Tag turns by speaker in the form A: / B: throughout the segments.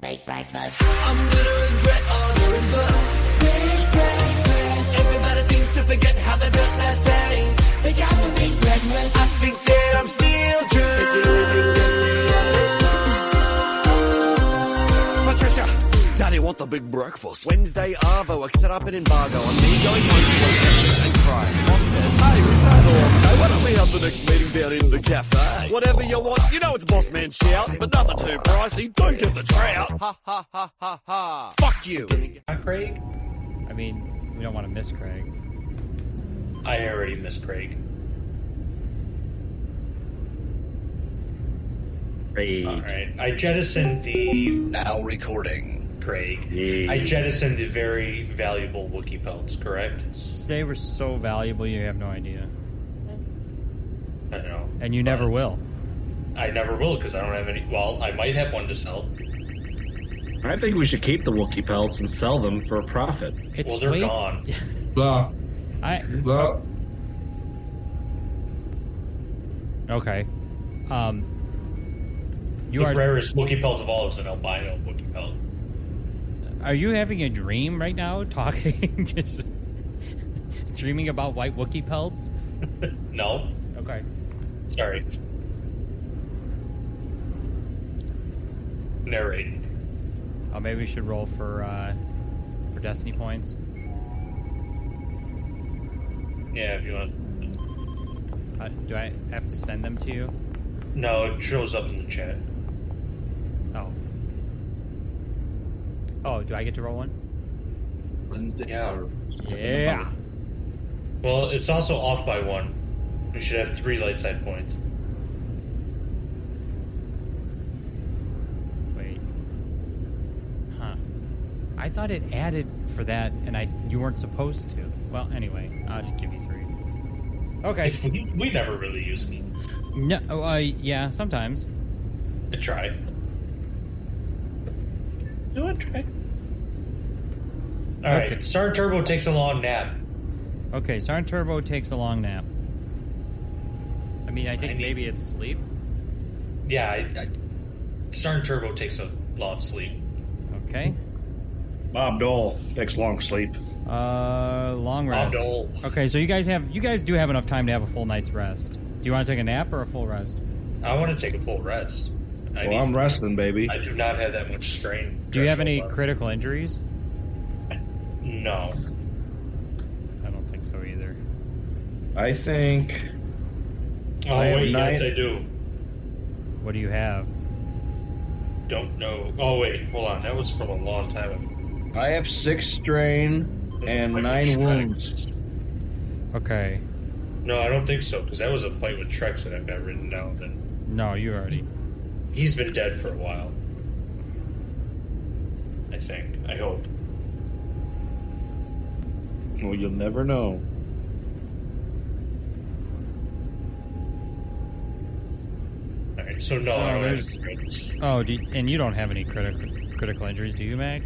A: breakfast. I'm gonna regret ordering but big breakfast. Everybody seems to forget how they felt last day. They got the big breakfast. I think that I'm still drunk. It's illegal in
B: Patricia, Daddy want the big breakfast. Wednesday, Arvo, I set up an embargo on me going home to watch Netflix and cry. Boss says, hey, with that all, hey, why don't we have the next meeting down in the cafe? Whatever you want, you know it's boss man shout, but nothing too pricey, don't get the trout. Ha ha ha ha ha. Fuck you.
C: Craig? I mean, we don't want to miss Craig. I already missed Craig.
D: Craig.
E: Uh,
C: All right. I jettisoned the
F: Now recording.
C: Craig.
D: Yeah.
C: I jettisoned the very valuable Wookiee pelts, correct?
E: They were so valuable, you have no idea.
C: I don't know.
E: And you never will.
C: I never will because I don't have any. Well, I might have one to sell.
D: I think we should keep the Wookiee pelts and sell them for a profit.
E: It's
C: well, they're
E: way-
C: gone.
G: Blah,
E: I,
G: blah.
E: okay. Um, you
C: the
E: are.
C: rarest Wookiee pelt of all is an albino Wookiee pelt.
E: Are you having a dream right now? Talking, just dreaming about white Wookie pelts.
C: No,
E: Okay.
C: sorry. Narrate.
E: Oh, maybe we should roll for uh, for destiny points.
C: Yeah, if you want.
E: Uh, do I have to send them to you?
C: No, it shows up in the chat.
E: Oh. Oh, do I get to roll one?
F: Wednesday.
C: Yeah.
E: Yeah.
C: Well, it's also off by one. We should have three light side points.
E: Wait. Huh. I thought it added for that, and I you weren't supposed to. Well, anyway, I'll just give you three. Okay.
C: We, we never really use it.
E: No. oh, Uh, yeah. Sometimes.
C: I try. Do I try? Alright,
E: Okay.
C: Star Turbo takes a long nap.
E: Okay. Sarn Turbo takes a long nap. I mean, I think
C: I need-
E: maybe it's sleep.
C: Yeah, I, I, Star Turbo takes a long sleep.
E: Okay.
H: Bob Dole takes long sleep.
E: Uh, long rest.
C: Abdul.
E: Okay, so you guys have you guys do have enough time to have a full night's rest. Do you want to take a nap or a full rest?
C: I want to take a full rest. I,
H: Well,
C: need,
H: I'm resting, baby.
C: I do not have that much strain.
E: Do you have any
C: threshold left.
E: critical injuries?
C: No.
E: I don't think so either.
H: I think
C: Oh,
H: I have
C: wait, yes,
H: nine-
C: I do.
E: What do you have?
C: Don't know. Oh, wait, hold on. That was from a long time ago.
H: I have six strain
C: That was a
H: and
C: fight with
H: nine
C: Shrek's.
H: wounds.
E: Okay.
C: No, I don't think so, because that was a fight with Trex that I've got written down. And
E: No, you already.
C: he's been dead for a while. I think. I hope.
H: Well, you'll never know.
C: All right, so no,
E: Oh,
C: I don't have
E: there's-
C: strings.
E: Oh, do you- and you don't have any critical critical injuries, do you, Mac?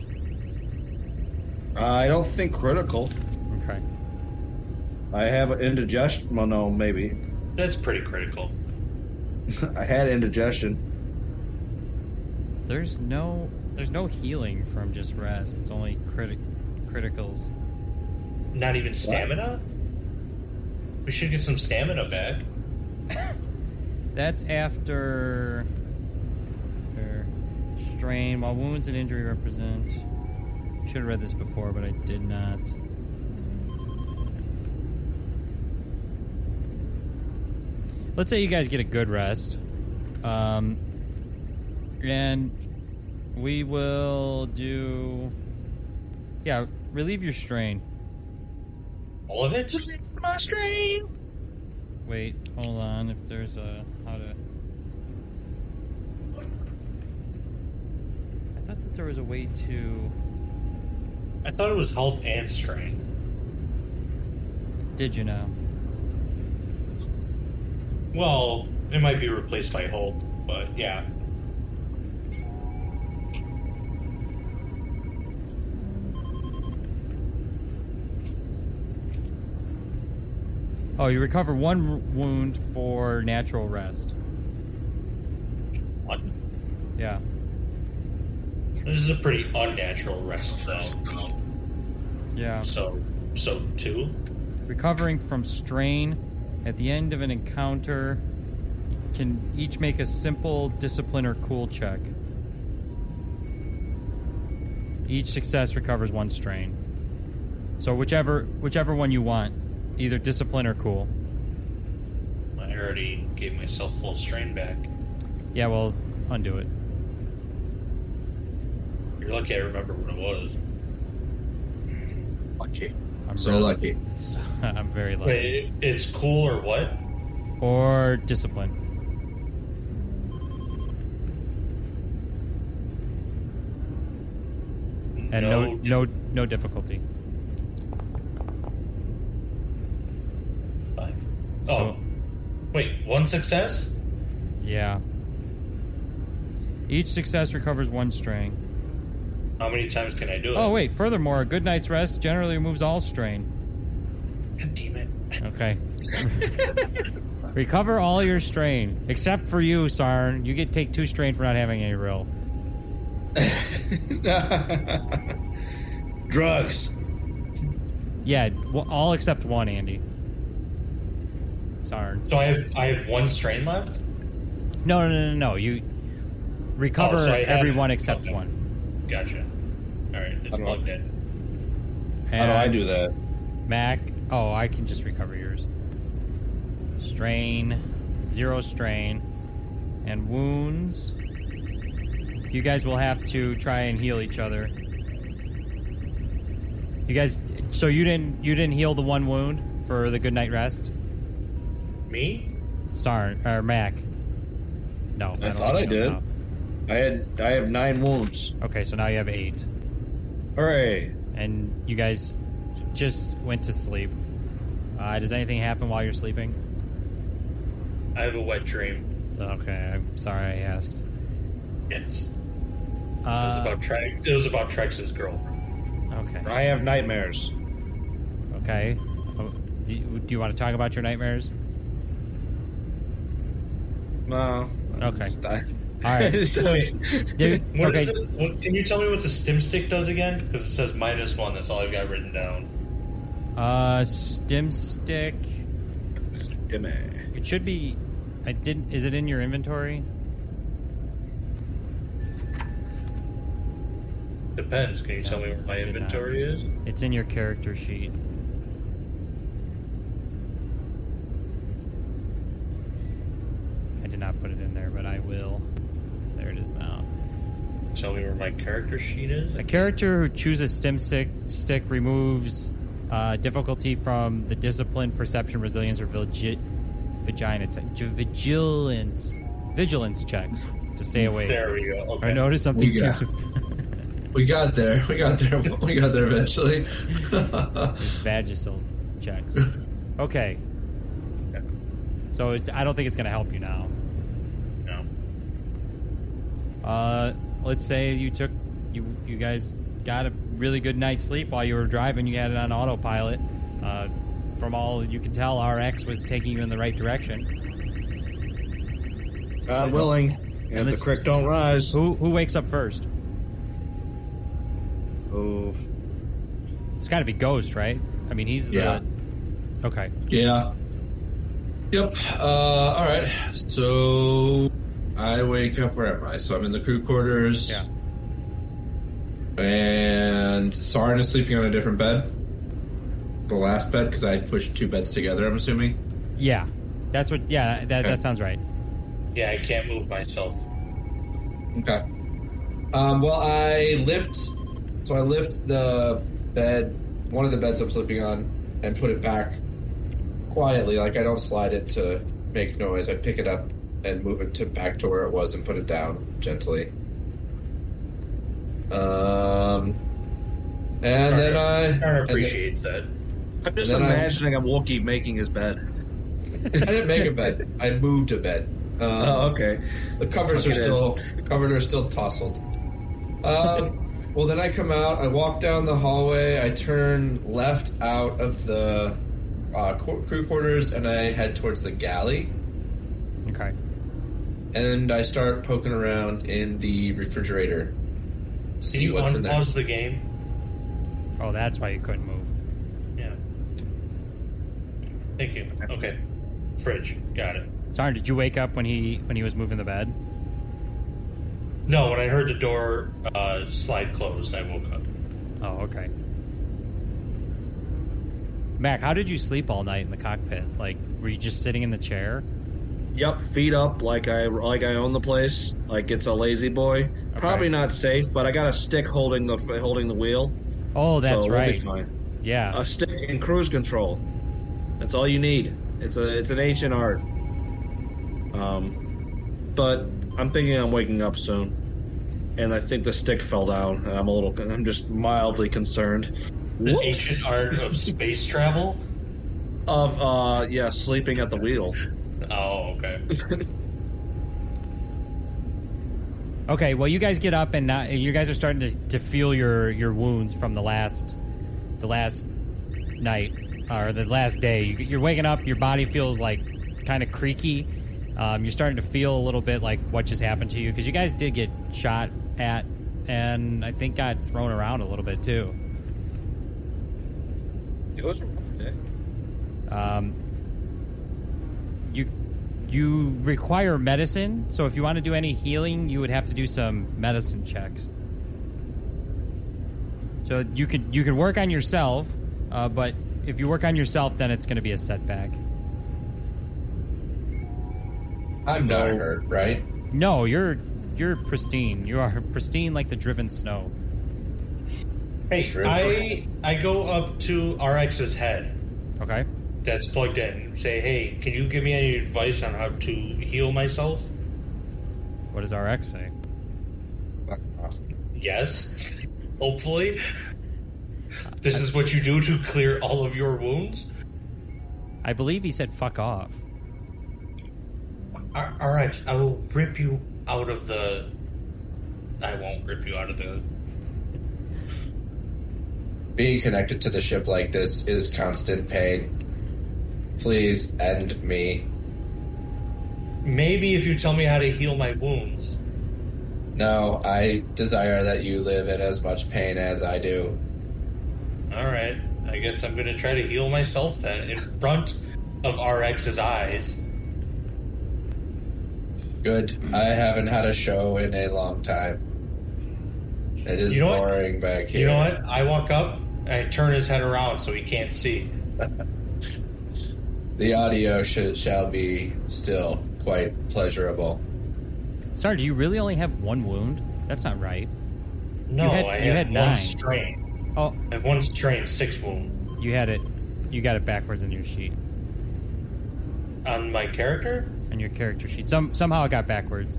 H: I don't think critical.
E: Okay.
H: I have indigestion. Well, no, maybe.
C: That's pretty critical.
H: I had indigestion.
E: There's no there's no healing from just rest. It's only criti- criticals.
C: Not even stamina? We should get some stamina back.
E: That's after er, strain. While wounds and injury represent, should have read this before, but I did not. Let's say you guys get a good rest, um, and we will do. Yeah, relieve your strain.
C: All of it?
E: Wait, hold on. If there's a how to. I thought that there was a way to.
C: I thought it was health and strain.
E: Did you know?
C: Well, it might be replaced by hope, but yeah.
E: Oh, you recover one w- wound for natural rest.
C: What?
E: Yeah.
C: This is a pretty unnatural rest, though.
E: Yeah.
C: So, so two.
E: Recovering from strain at the end of an encounter can each make a simple discipline or cool check. Each success recovers one strain. So whichever whichever one you want, either discipline or cool.
C: I already gave myself full strain back.
E: Yeah, well, undo it.
C: You're lucky I remember what it was.
I: Lucky.
E: I'm
I: So
E: really-
I: lucky.
E: It's- I'm very lucky.
C: Wait, it, it's cool or what?
E: Or discipline. And no, no, no, difficulty.
C: Five. Oh,
E: So-
C: wait, one success?
E: Yeah. Each success recovers one strain.
C: How many times can I do it?
E: Oh wait. Furthermore, a good night's rest generally removes all strain.
C: God damn it.
E: Okay. Recover all your strain, except for you, Sarn. You get take two strain for not having any real.
H: Drugs.
E: Yeah, w- all except one, Andy. Sarn.
C: So I have, I have one strain left?
E: No, no, no, no, no. You recover
C: Oh, so I have-
E: everyone except
C: okay.
E: one.
C: Gotcha. Alright, it's
H: don't know.
C: plugged in.
H: How do I do that?
E: Mac. Oh, I can just recover yours. Strain, zero strain, and wounds. You guys will have to try and heal each other. You guys, so you didn't you didn't heal the one wound for the good night rest,
C: Me?
E: Sarn or Mac? No,
H: I
E: don't
H: thought
E: think that's
H: I did.
E: how-
H: I had I have nine wounds.
E: Okay, so now you have eight,
H: Hooray!
E: and you guys just went to sleep. Uh, does anything happen while you're sleeping?
C: I have a wet dream.
E: Okay, I'm sorry I asked.
C: It's it was
E: Uh,
C: about Trex it was about Trex's girlfriend.
E: okay.
H: I have nightmares.
E: Okay. Oh, Do you, do you want to talk about your nightmares?
H: No.
E: Okay.
H: I,
E: All right.
C: Wait,
E: You-
C: what
E: okay.
C: is the- what, can you tell me what the stim stick does again? Because it says minus one, that's all I've got written down.
E: Uh, stim stick.
H: Gimme.
E: It should be. I didn't. Is it in your inventory?
C: Depends. Can you tell me what my
E: I did not.
C: inventory is?
E: It's in your character sheet. I did not put it in there, but I will. There it is now.
C: Tell me where my character sheet is?
E: A character who chooses stim stick, stick removes uh, difficulty from the discipline, perception, resilience, or vigi- vagina t- j- vigilance vigilance checks to stay awake.
C: There we go. Okay.
E: I noticed something.
I: Yeah.
E: too-
I: We got there. We got there. We got there eventually.
E: vagisil checks. Okay. So it's, I don't think it's going to help you now.
C: No.
E: Uh, let's say you took you you guys got a really good night's sleep while you were driving. You had it on autopilot. Uh, from all you can tell, RX was taking you in the right direction.
H: God willing. If the
E: let's-
H: creek don't rise.
E: Who who wakes up first?
H: Oh.
E: It's got to be Ghost, right? I mean, he's
I: Yeah.
E: the okay.
I: yeah. Yep. Uh, all right. So I wake up. Where am I? So I'm in the crew quarters.
E: Yeah.
I: And Sarin is sleeping on a different bed. The last bed because I pushed two beds together. I'm assuming.
E: Yeah, that's what. Yeah, that
I: Okay.
E: that sounds right.
C: Yeah, I can't move myself.
I: Okay. Um, well, I lift. So I lift the bed, one of the beds I'm sleeping on, and put it back quietly. Like I don't slide it to make noise. I pick it up and move it to back to where it was and put it down gently. Um, and then I
C: Karen
I: and then-
C: appreciates that.
J: I'm just
I: And then I-
J: imagining a Wookiee making his bed.
I: I didn't make a bed. I moved a bed. Um,
J: Oh, okay.
I: The covers are
J: Tuck it in.
I: still the covers are still tousled. Um, well, then I come out. I walk down the hallway. I turn left out of the uh, qu- crew quarters, and I head towards the galley.
E: Okay.
I: And I start poking around in the refrigerator.
C: Can
I: see
C: you
I: what's in there.
C: unpause the game?
E: Oh, that's why you couldn't move.
C: Yeah. Thank you. Okay. Fridge. Got it.
E: Sorry, did you wake up when he when he was moving the bed?
C: No, when I heard the door uh, slide closed, I woke up.
E: Oh, okay. Mac, how did you sleep all night in the cockpit? Like, were you just sitting in the chair?
H: Yep, feet up, like I like I own the place. Like it's a lazy boy. Probably not safe, but I got a stick holding the holding the wheel.
E: Oh, that's
H: so
E: right.
H: We'll be fine.
E: Yeah.
H: A stick and cruise control. That's all you need. It's a it's an ancient art. Um, but I'm thinking I'm waking up soon, and I think the stick fell down. And I'm a little. I'm just mildly concerned.
C: The
H: Whoops.
C: ancient art of space travel.
H: Of uh, yeah, sleeping at the wheel.
C: Oh, okay.
E: Okay. Well, you guys get up and now you guys are starting to, to feel your your wounds from the last the last night or the last day. You, you're waking up. Your body feels like kind of creaky. Um, you're starting to feel a little bit like what just happened to you because you guys did get shot at and I think got thrown around a little bit too.
H: It was
E: Um, you you require medicine, so if you want to do any healing, you would have to do some medicine checks. So you could you could work on yourself, uh, but if you work on yourself, then it's going to be a setback.
I: I'm not hurt, right?
E: No, you're you're pristine. You are pristine like the driven snow.
C: Hey,
I: True.
C: I I go up to RX's head
E: Okay.
C: that's plugged in. and Say, hey, can you give me any advice on how to heal myself?
E: What does RX say?
C: Yes. Hopefully. This is what you do to clear all of your wounds.
E: I believe he said "fuck off."
C: R- RX, I will rip you out of the. I won't rip you out of the.
I: Being connected to the ship like this is constant pain. Please end me.
C: Maybe if you tell me how to heal my wounds.
I: No, I desire that you live in as much pain as I do.
C: All right. I guess I'm going to try to heal myself then in front of RX's eyes.
I: Good. I haven't had a show in a long time. It is
C: You know what?
I: boring back here.
C: You know what? I walk up and I turn his head around so he can't see.
I: The audio should, shall be still quite pleasurable.
E: Sarge, you really only have one wound? That's not right.
C: No,
E: had-
C: I
E: you
C: have
E: had
C: one
E: nine.
C: strain.
E: Oh,
C: I have one strain, six wound
E: you had it. You got it backwards in your sheet.
C: on my character.
E: on your character sheet. Some somehow it got backwards.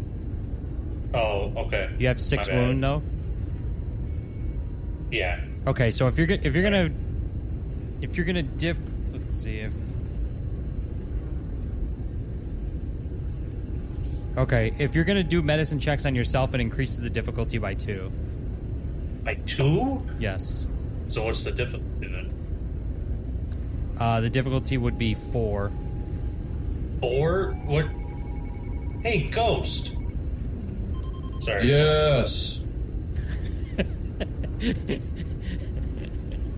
C: Oh, okay.
E: You have six
C: My bad.
E: wound though.
C: Yeah.
E: Okay, so if you're go- if you're gonna if you're gonna diff, let's see if. Okay, if you're gonna do medicine checks on yourself, it increases the difficulty by two.
C: By two?
E: Yes,
C: So what's the difficulty then?
E: uh, the difficulty would be four.
C: Or what? Hey, ghost. Sorry.
I: Yes.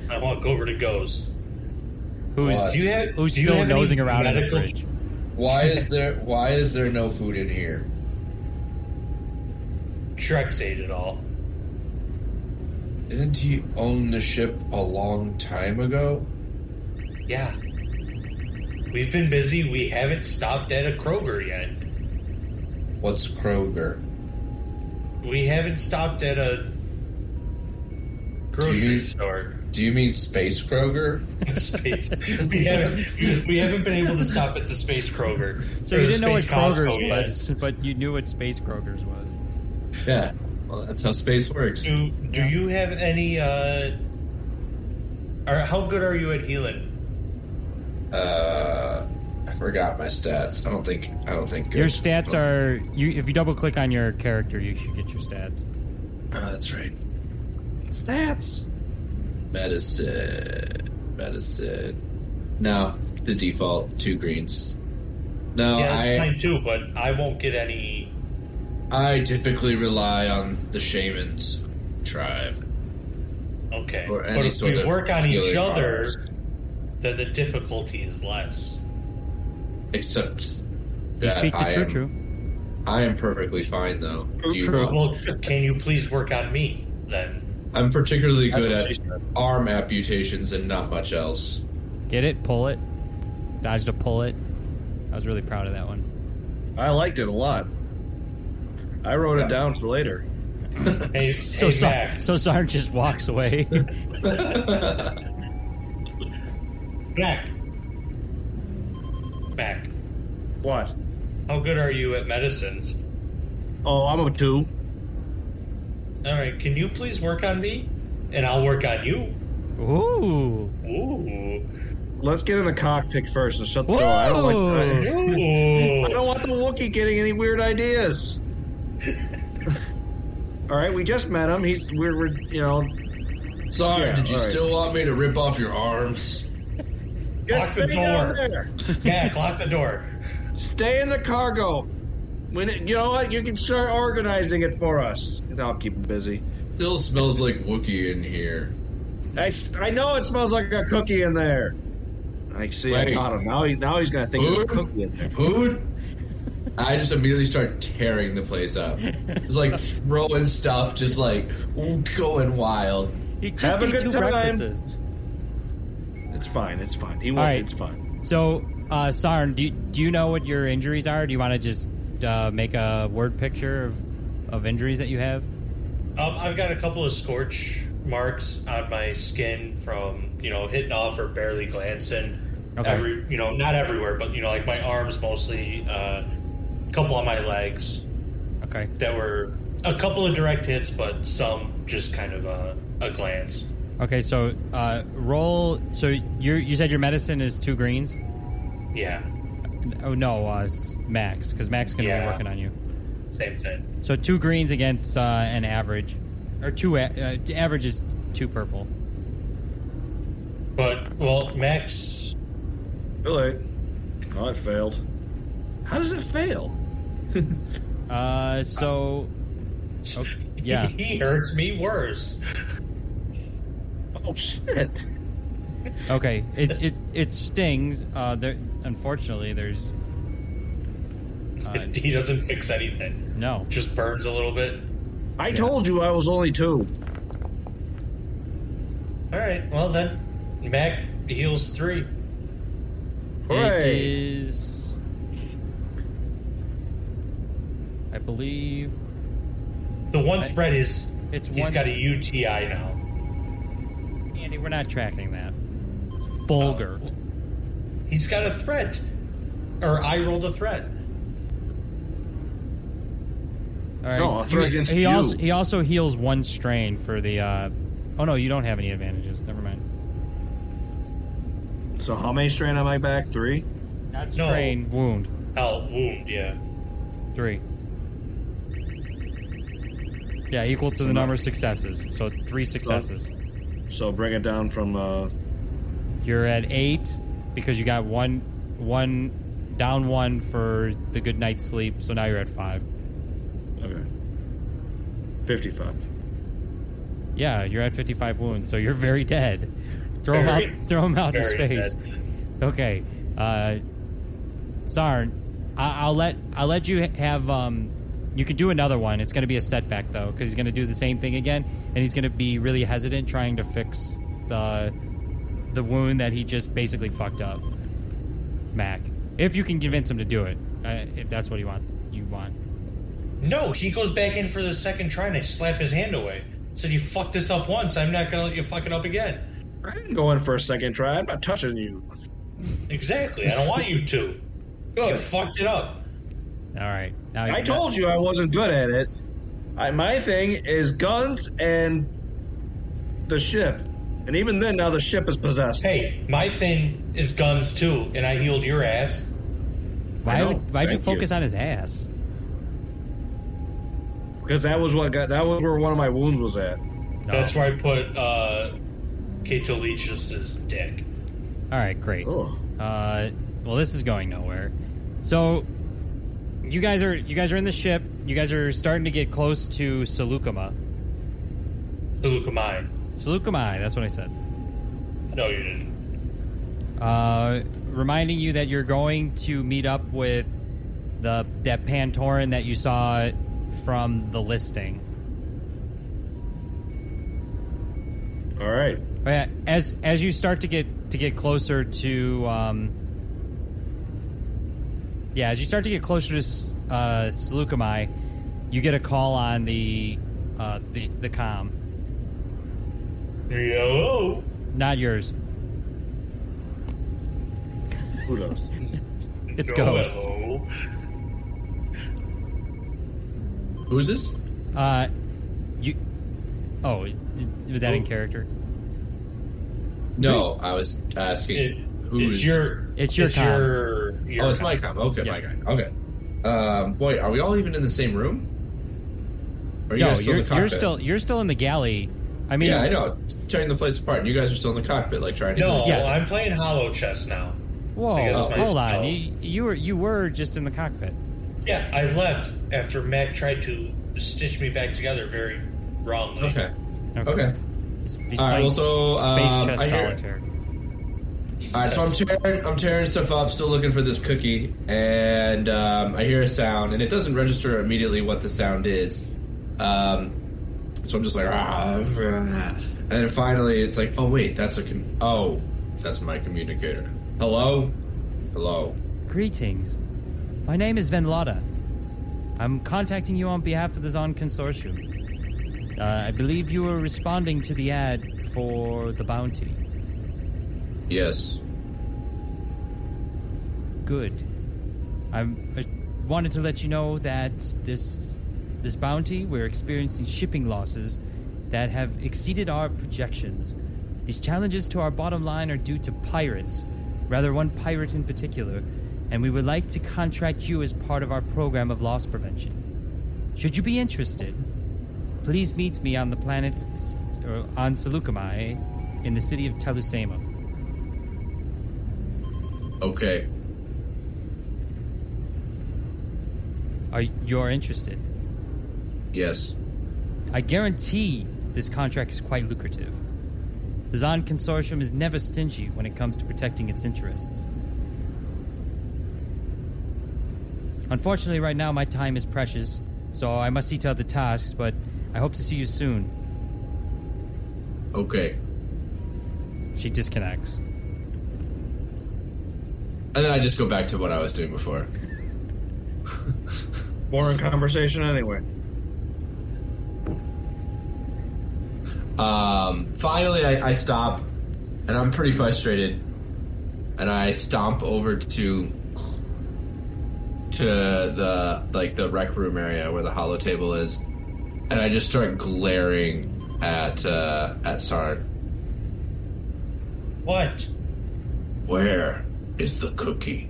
C: I walk over to ghost.
E: Who's
I: What?
C: Do you have?
E: who's
C: do you
E: still
C: have any
E: nosing around in the
C: medical-
E: fridge?
I: Why is there why is there no food in here?
C: Shrek's ate it all.
I: Didn't he own the ship a long time ago?
C: Yeah. We've been busy. We haven't stopped at a Kroger yet.
I: What's Kroger?
C: We haven't stopped at a grocery
I: mean-
C: store.
I: Do you mean Space Kroger?
C: Space. We haven't. We haven't been able to stop at the space Kroger.
E: So
C: or
E: you
C: the
E: didn't know what
C: Space Oh, Costco
E: Kroger's
C: yet.
E: was, but you knew what Space Kroger's was.
K: Yeah. Well, that's how space works.
C: Do Do you have any? uh Are how good are you at healing?
I: Uh, I forgot my stats. I don't think I don't think
E: Your stats are you. If you double click on your character, you should get your stats.
I: Oh, that's right.
H: Stats.
I: Medicine, medicine. No, the default two greens. No,
C: yeah, that's
I: I
C: mine too, but I won't get any.
I: I typically rely on the shamans contrive.
C: Okay.
I: Or
C: But
I: any
C: if
I: sort
C: we
I: of
C: work on each
I: healing
C: other,
I: powers.
C: then the difficulty is less.
I: Except
E: You
I: that
E: speak the
I: I
E: true
I: am,
E: true.
I: I am perfectly fine though. Do you want-
C: Well, can you please work on me then?
I: I'm particularly good
H: That's what she
I: at
H: said.
I: arm amputations and not much else.
E: Get it? Pull it. Dodged a pull it. I was really proud of that one.
H: I liked it a lot. I wrote it down for later.
C: Hey,
E: So
C: hey,
E: Sar-
C: Mac,
E: so Sarn just walks away.
C: Mac, Mac,
H: What?
C: how good are you at medicines?
H: Oh, I'm a two.
C: All right, can you please work on me, and I'll work on you.
E: Ooh.
C: Ooh,
H: Let's get in the cockpit first and shut the door. I don't like. I
C: ooh.
H: don't want the Wookiee getting any weird ideas. All right, we just met him. He's we're, we're you know.
I: Sorry,
H: Yeah,
I: did you
H: all right.
I: still want me to rip off your arms?
H: Just
C: Lock the
H: stay
C: door.
H: down there.
C: Mac, lock the door.
H: Stay in the cargo. When it, you know what, you can start organizing it for us. I'll keep him busy.
I: Still smells like Wookiee in here.
H: I, s- I know it smells like a cookie in there. I see. I
I: Wait.
H: got him. Now he's now he's gonna think there's a
I: Food?
H: cookie in there.
I: Food? I just immediately start tearing the place up. Just like throwing stuff, just like going wild.
E: He just
H: Have a
E: ate two
H: good time.
E: breakfasts.
H: It's fine. It's fine. He
E: All
H: won't.
E: right.
H: It's fine.
E: So, uh, Sarn, do, do you know what your injuries are? Do you want to just uh, make a word picture of, of injuries that you have?
C: Um, I've got a couple of scorch marks on my skin from you know hitting off or barely glancing.
E: Okay.
C: Every you know not everywhere, but you know like my arms mostly, uh, a couple on my legs
E: Okay.
C: that were a couple of direct hits, but some just kind of a, a glance.
E: Okay, so uh, roll. So you you said your medicine is two greens?
C: Yeah,
E: Oh, no, uh, s- max, because max can
C: Yeah.
E: be working on you.
C: same thing.
E: So two greens against uh, an average. Or two, a- uh, average is two purple.
C: But well, Max,
H: Too late. Oh, it failed. How does it fail?
E: Uh, so. Oh, yeah.
C: he hurts me worse.
H: Oh shit!
E: Okay, it it, it stings. Uh, there, unfortunately, there's uh,
C: he doesn't fix anything;
E: no.
C: just burns a little bit.
H: I told you I was only two.
C: All right, well then, Mac heals three.
E: It
H: Hooray!
E: is, I believe,
C: The one
E: I-
C: threat is
E: it's
C: he's
E: one.
C: got a UTI now.
E: Andy, we're not tracking that. Vulgar.
C: He's got a threat, or I rolled a threat.
E: All right.
H: No, I'll throw
E: he,
H: against
E: he
H: you.
E: Also, he also heals one strain for the. Uh, oh no, you don't have any advantages. Never mind.
H: So how many strain on my back? Three.
E: Not
C: No.
E: strain wound
C: Oh, wound, yeah.
E: three. Yeah, equal to the number of successes. So three successes.
H: So bring it down from. Uh,
E: You're at eight because you got one, one down one for the good night's sleep. So now you're at five.
H: okay. Fifty-five.
E: Yeah, you're at 55 wounds, so you're very dead. Throw him
C: Very-
E: out. Throw him out into
C: very
E: space. Okay, uh, Sarn, I- I'll let I'll let you have. Um, you can do another one. It's going to be a setback though, because he's going to do the same thing again, and he's going to be really hesitant trying to fix the the wound that he just basically fucked up. Mac, if you can convince him to do it, uh, if that's what he wants, you want.
C: No, he goes back in for the second try and I slap his hand away. Said you fucked this up once, I'm not gonna let you fuck it up again.
H: I didn't go in for a second try. I'm not touching you.
C: Exactly, I don't want you to. You fucked it up.
E: All right, now
H: I
E: you've got-
H: told you I wasn't good at it. I, my thing is guns and the ship. And even then, now the ship is possessed.
C: Hey, my thing is guns too, and I healed your ass.
E: Why
H: I know.
E: would, why'd you
H: Thank you.
E: focus on his ass?
H: Because that was what got. That was where one of my wounds was at.
E: No.
C: That's where I put uh Kato Legius's dick.
E: All right, great.
H: Oh.
E: Uh, well, this is going nowhere. So, you guys are you guys are in the ship. You guys are starting to get close to Seleucuma.
C: Tulukumai.
E: Salukamai, that's what I said.
C: No, you didn't.
E: Uh, reminding you that you're going to meet up with the that Pantoran that you saw from the listing.
H: All right.
E: Uh, As as you start to get to get closer to, um, yeah, as you start to get closer to S- uh, Seleucami, you get a call on the uh, the the com,
C: Yo,
E: not yours.
H: Who knows?
E: It's Ghost.
C: Yo.
I: Who's this?
E: Uh, you. Oh, it- it- was that in character?
I: No, I was asking
C: It,
I: who's
C: it's your.
E: It's your com.
C: your, your
I: Oh, it's my com. Okay,
E: Yeah.
I: my guy. Okay. Um, boy, are we all even in the same room? Or Are
E: no,
I: guys still in
E: you're,
I: the cockpit?
E: you're still you're still in the galley. I mean,
I: yeah, I know. Tearing the place apart, and you guys are still in the cockpit, like trying to.
C: No,
E: Yeah.
C: I'm playing hollow chess now.
E: Whoa,
C: I guess my
E: hold on.
C: spell.
E: You, you were you were just in the cockpit.
C: Yeah, I left after Mac tried to stitch me back together very wrongly.
I: Okay. Okay.
E: He's, he's
I: All right,
E: playing
I: well, so,
E: space
I: um,
E: chess
I: I hear-
E: solitaire.
I: All right, so I'm tearing, I'm tearing stuff up, still looking for this cookie, and um, I hear a sound, and it doesn't register immediately what the sound is. Um, so I'm just like, ah, and then finally it's like, oh wait, that's a com- oh, that's my communicator. Hello, hello.
E: Greetings. My name is Venlada. I'm contacting you on behalf of the Zon Consortium. Uh, I believe you were responding to the ad for the bounty.
I: Yes,
E: Good. I'm, I wanted to let you know that this this bounty we're experiencing shipping losses that have exceeded our projections. These challenges to our bottom line are due to pirates, rather one pirate in particular, and we would like to contract you as part of our program of loss prevention. Should you be interested, please meet me on the planet S- or on Seleucami in the city of Telusema.
I: okay.
E: Are you're interested?
I: Yes.
E: I guarantee this contract is quite lucrative. The Zon Consortium is never stingy when it comes to protecting its interests. Unfortunately, right now my time is precious, so I must see to other tasks, but I hope to see you soon.
I: Okay.
E: She disconnects.
I: And then I just go back to what I was doing before.
H: Boring conversation anyway.
I: Um, finally, I, I stop, and I'm pretty frustrated, and I stomp over to to the like the rec room area where the hollow table is, and I just start glaring at uh, at Sarn.
C: What?
I: Where is the cookie?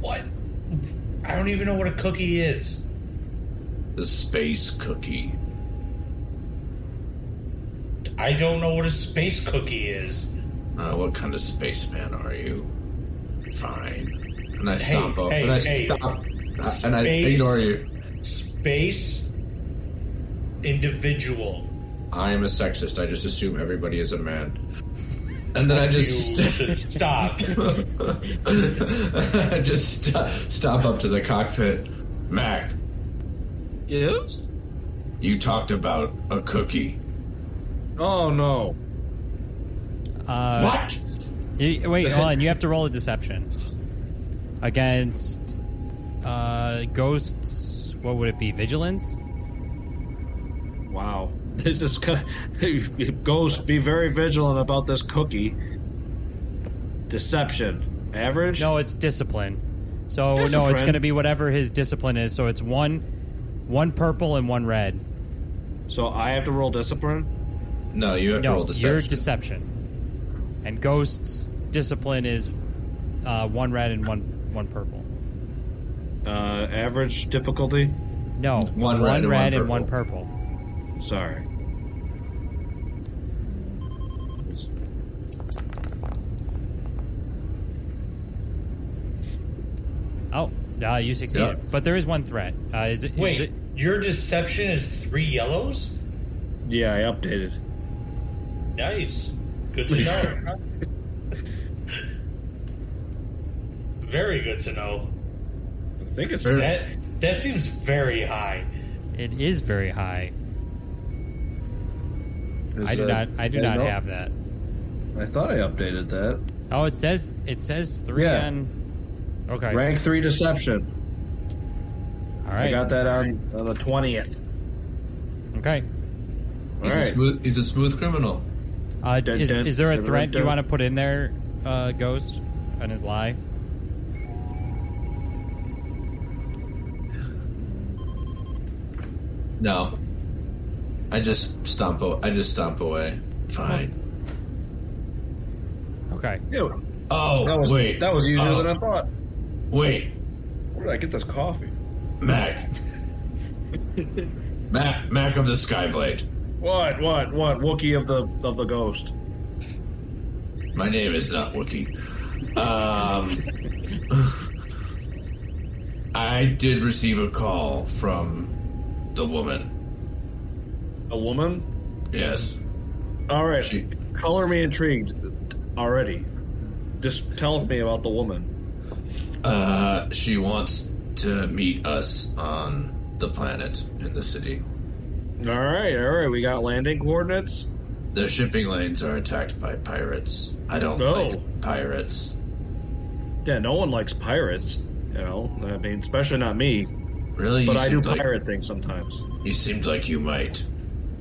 C: What? I don't even know what a cookie is.
I: The space cookie.
C: I don't know what a space cookie is.
I: Uh, what kind of spaceman are you? Fine. And I
C: Hey,
I: stomp over.
C: hey,
I: and I
C: hey.
I: stomp. And I
C: Space-
I: ignore you.
C: Space individual.
I: I am a sexist. I just assume everybody is a man. And then I just
C: you should stop.
I: I just st- stop up to the cockpit. Mac,
H: Yes?
I: you talked about a cookie.
H: Oh no.
E: Uh,
I: what?
E: You, wait, hold on. You have to roll a deception against uh, ghosts. What would it be? Vigilance.
H: Wow. This is gonna Ghost, be very vigilant about this cookie. Deception. Average?
E: No, it's discipline. So no, it's
H: Discipline?
E: going to be whatever his discipline is. So it's one, one purple and one red.
H: So I have to roll discipline?
I: No, you have to roll
E: No,
I: deception.
E: your deception. And ghosts' discipline is uh, one red and one one purple.
H: Uh average difficulty?
E: No,
I: One red and one
E: and one purple.
H: Sorry.
E: Oh, uh, you succeeded.
I: Yeah.
E: But there is one threat. Uh, is it? is
C: Wait,
E: it-
C: your deception is three yellows?
H: Yeah, I updated.
C: Nice. Good to know. very good to know.
H: I think it's
C: That that seems very high.
E: It is very high.
H: Is
E: I do
H: that-
E: not. I do
H: Yeah,
E: not
H: no.
E: have that.
H: I thought I updated that.
E: Oh, it says it says three
H: Yeah.
E: on. Okay.
H: Rank three deception.
E: All right.
H: I got that on, on the twentieth.
E: Okay.
H: All
I: He's, a
H: right.
I: smooth, he's a smooth criminal.
E: Uh,
H: Dun,
E: is,
H: dun,
E: is there a
H: dun,
E: threat
H: dun,
E: you
H: dun.
E: want to put in there, uh, Ghost, on his lie?
I: No. I just stomp. a- I just stomp away. Fine.
E: Okay.
H: Ew,
I: Oh
H: that was
I: wait.
H: that was easier
I: Oh,
H: than I thought.
I: Wait,
H: Where did I get this coffee?
I: Mac. Mac. Mac of the Skyblade.
H: What? What? What? Wookie of the of the ghost.
I: My name is not Wookie. Um, I did receive a call from the woman.
H: A woman.
I: Yes.
H: All right.
I: She-
H: Color me intrigued already. Just tell me about the woman.
I: Uh, she wants to meet us on the planet in the city.
H: All right. All right. We got landing coordinates.
I: Their shipping lanes are attacked by pirates. I don't
H: No.
I: like pirates.
H: Yeah. No one likes pirates. You know. I mean, especially not me.
I: Really?
H: But
I: You
H: I do
I: seemed like,
H: pirate things sometimes.
I: You seemed like you might.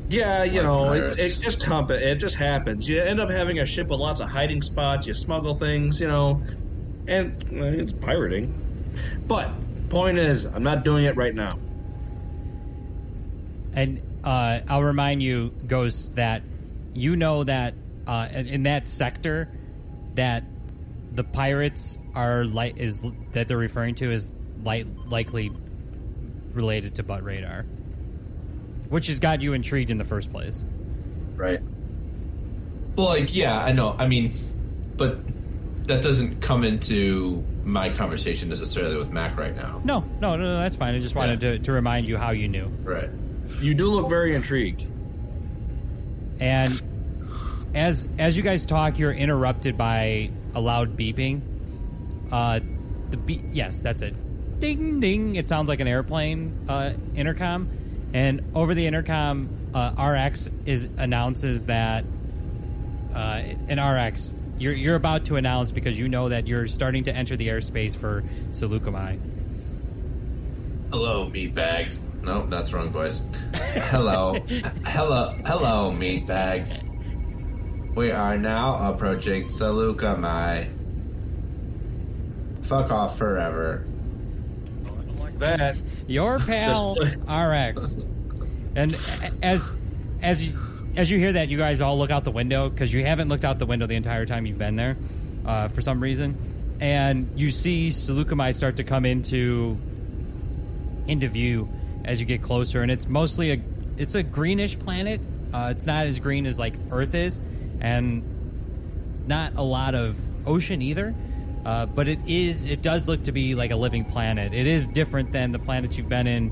H: Yeah, you
I: Like
H: know, it,
I: pirates.
H: it just comp- it just happens. You end up having a ship with lots of hiding spots. You smuggle things, you know, and well, it's pirating. But point is, I'm not doing it right now.
E: And uh, I'll remind you, Ghost, that you know that uh, in- in that sector, that the pirates are light is that they're referring to is light likely related to butt radar, which has got you intrigued in the first place.
I: Right. Well, like, yeah, I know. I mean, but that doesn't come into my conversation necessarily with Mac right now.
E: No, no, no, no that's fine. I just wanted to, to remind you how you knew.
I: Right.
H: You do look very intrigued.
E: And as as you guys talk, you're interrupted by a loud beeping. Uh, the beep, yes, that's it. Ding ding! It sounds like an airplane uh, intercom, and over the intercom, uh, RX is announces that uh, an RX. You're, you're about to announce because you know that you're starting to enter the airspace for Seleucami.
I: Hello, meatbags. No, that's wrong, boys. Hello. hello. Hello, meatbags. We are now approaching Saluka Mai. Fuck off forever.
H: That
E: Your pal RX. And a- as as you- as you hear that, you guys all look out the window because you haven't looked out the window the entire time you've been there, uh, for some reason. And you see Seleucami start to come into into view as you get closer, and it's mostly a it's a greenish planet. Uh, it's not as green as like Earth is, and not a lot of ocean either. Uh, but it is it does look to be like a living planet. It is different than the planets you've been in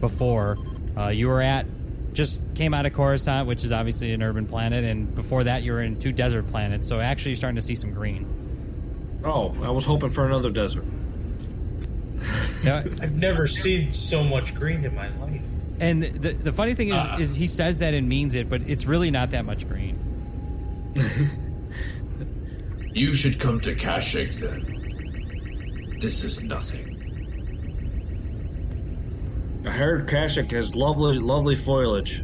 E: before. Uh, you were at just came out of Coruscant, which is obviously an urban planet, and before that you were in two desert planets. So actually, you're starting to see some green.
H: oh, I was hoping for another desert.
E: Yeah,
C: I've never seen so much green in my life.
E: and the the funny thing is, is he says that and means it, but it's really not that much green.
I: You should come to Kashik then. This is nothing.
H: I heard Kashik has lovely, lovely foliage.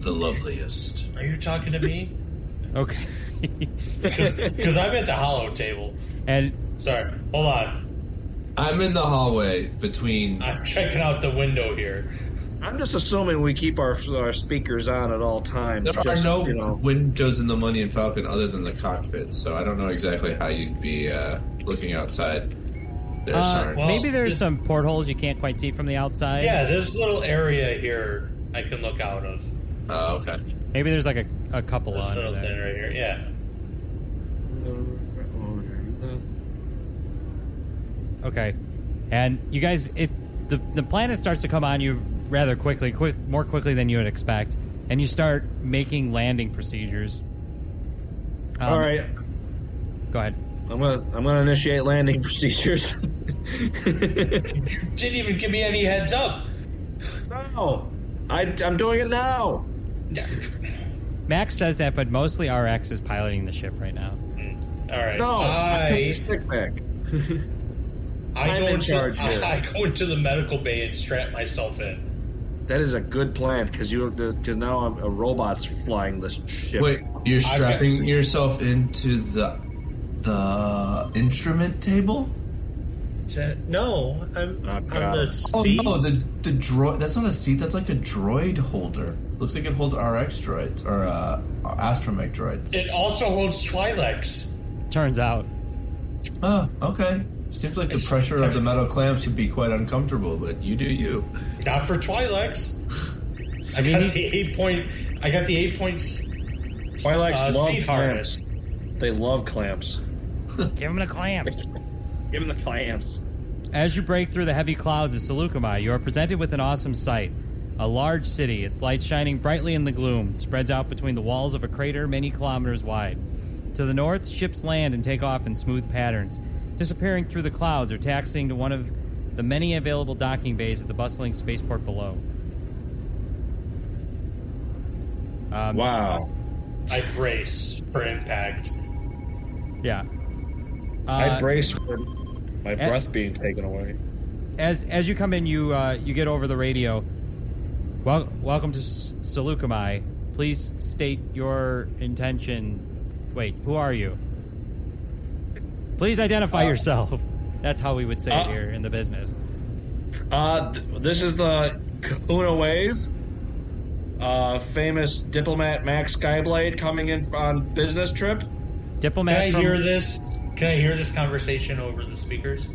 I: The loveliest.
C: Are you talking to me?
E: Okay,
C: Because I'm at the hollow table.
E: and
C: Sorry. Hold on.
I: I'm in the hallway between.
C: I'm checking out the window here.
H: I'm just assuming we keep our our speakers on at all times.
I: There are
H: just,
I: no
H: you know,
I: windows in the Money and Falcon other than the cockpit, so I don't know exactly how you'd be uh, looking outside. There's
E: uh,
C: Well,
E: maybe there's
C: this-
E: some portholes you can't quite see from the outside.
C: Yeah, there's a little area here I can look out of.
I: Oh, okay.
E: Maybe there's like a, a couple
C: This
E: on
C: little
E: there.
C: thing right here. Yeah.
E: Okay. And you guys, it the the planet starts to come on you rather quickly, quick more quickly than you would expect, and you start making landing procedures. Um,
H: All right,
E: Go ahead.
H: I'm gonna I'm gonna initiate landing procedures.
C: You didn't even give me any heads up.
H: no, I, I'm doing it now.
E: Max says that, but mostly RX is piloting the ship right now.
C: All right.
H: No, I took the
C: I,
H: stick back.
C: I
H: I'm
C: go
H: in
C: into
H: charge here.
C: I, I go into the medical bay and strap myself in.
H: That is a good plan because you because now I'm, a robot's flying this ship.
I: Wait, you're
C: got-
I: strapping yourself into the the instrument table?
C: No, I'm
H: Oh,
C: on
H: God.
C: the
I: Oh
C: seat.
I: no, the the droid. That's not a seat. That's like a droid holder. Looks like it holds RX droids or uh, astromech droids.
C: It also holds Twilex.
E: Turns out.
I: Oh, okay. Seems like the pressure of the metal clamps would be quite uncomfortable, but you do you.
C: Not for Twilex. I
E: mean,
C: got
E: he's-
C: the eight point. I got the eight points.
H: Twilight's
C: uh,
H: love
C: seat
H: clamps.
C: harness.
H: They love clamps.
E: Give him a clamp.
H: Give them the clamps.
E: As you break through the heavy clouds of Seleucami, you are presented with an awesome sight. A large city, its lights shining brightly in the gloom, spreads out between the walls of a crater many kilometers wide. To the north, ships land and take off in smooth patterns, disappearing through the clouds or taxiing to one of the many available docking bays at the bustling spaceport below. Um,
H: Wow.
C: I brace for impact.
E: Yeah.
H: I
E: Uh,
H: brace for my
E: eh.
H: breath being taken away.
E: as as you come in, you uh, you get over the radio. Well, welcome to S- Seleucami. Please state your intention. Wait, who are you? Please identify yourself. That's how we would say it
H: Uh,
E: here in the business.
H: Uh, th- this is the Kahuna Wave. Uh, famous diplomat Max Skyblade coming in on business trip.
C: Can
E: Diplomat.
C: I
E: from-
C: hear this? Can I hear this conversation over the speakers?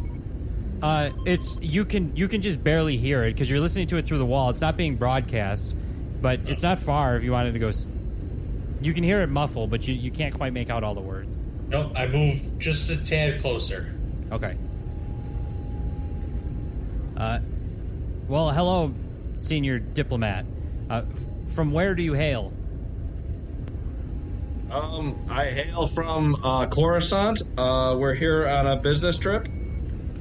E: Uh, it's you can you can just barely hear it because you're listening to it through the wall. It's not being broadcast, but it's not far. If you wanted to go, s- you can hear it muffled, but you, you can't quite make out all the words.
C: Nope. I move just a tad closer.
E: Okay. Uh, well, hello, senior diplomat. Uh, f- from where do you hail?
H: Um, I hail from uh, Coruscant. Uh, we're here on a business trip.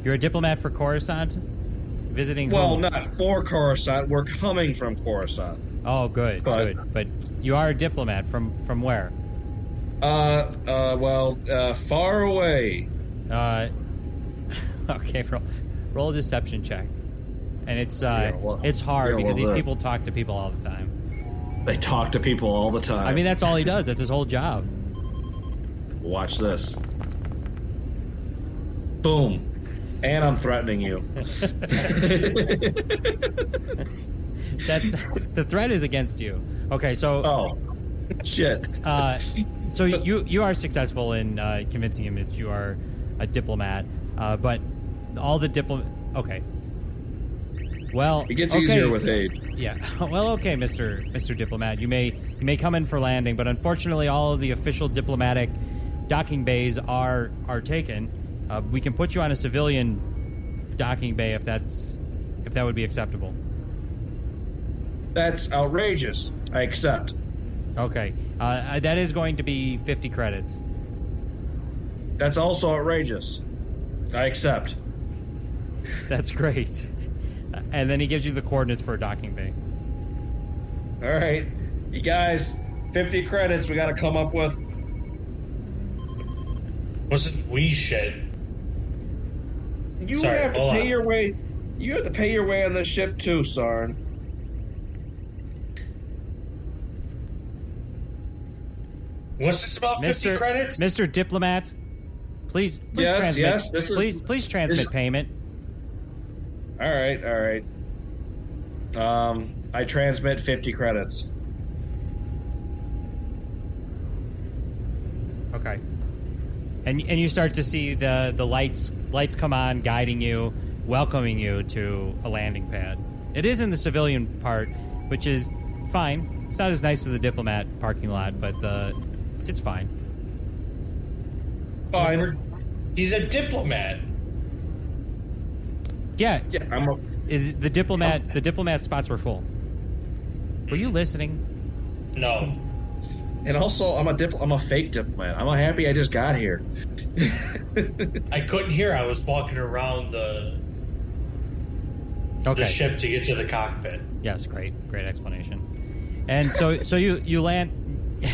E: You're a diplomat for Coruscant, visiting.
H: Well,
E: whom?
H: not for Coruscant. We're coming from Coruscant.
E: Oh, good,
H: but-
E: good. But you are a diplomat from from where?
H: Uh, uh, well, uh, far away.
E: Uh, okay, roll, roll a deception check, and it's uh,
H: Yeah, well-
E: it's hard
H: yeah,
E: because
H: well,
E: these
H: uh,
E: people talk to people all the time.
H: They talk to people all the time.
E: I mean, that's all he does. That's his whole job.
H: watch this. Boom. And I'm threatening you.
E: That's the threat is against you. Okay, so
H: Oh, shit.
E: Uh, so you you are successful in uh, convincing him that you are a diplomat, uh, but all the diplomat. Okay. Well,
H: It gets
E: okay.
H: easier with age.
E: Yeah. Well, okay, Mister Mister Diplomat, you may you may come in for landing, but unfortunately, all of the official diplomatic docking bays are are taken. Uh, we can put you on a civilian docking bay if that's if that would be acceptable.
H: That's outrageous. I accept.
E: Okay, uh, that is going to be fifty credits.
H: That's also outrageous. I accept.
E: That's great. And then he gives you the coordinates for a docking bay.
H: All right. You guys, 50 credits we got to come up with.
C: What's this wee shit?
H: You
C: Sorry,
H: have to
C: hold
H: pay
C: on.
H: your way. You have to pay your way on this ship too, Sarn.
C: What's this about? Fifty
E: Mr.
C: credits?
E: Mr. Diplomat, please please
H: Yes,
E: transmit
H: yes, this is-
E: please please transmit
H: this-
E: payment.
H: All right, all right. Um, I transmit 50 credits.
E: Okay. And and you start to see the the lights lights come on guiding you, welcoming you to a landing pad. It is in the civilian part, which is fine. It's not as nice as the diplomat parking lot, but uh, it's fine.
H: Fine.
C: He's a diplomat.
E: Yeah,
H: Yeah, I'm. A,
E: is- the diplomat the diplomat spots were full. Were you listening?
C: No.
H: and also, I'm a dip. I'm a fake diplomat. I'm happy I just got here.
C: I couldn't hear. I was walking around the,
E: Okay.
C: the ship to get to the cockpit.
E: Yes, great, great explanation. And so, so you you land,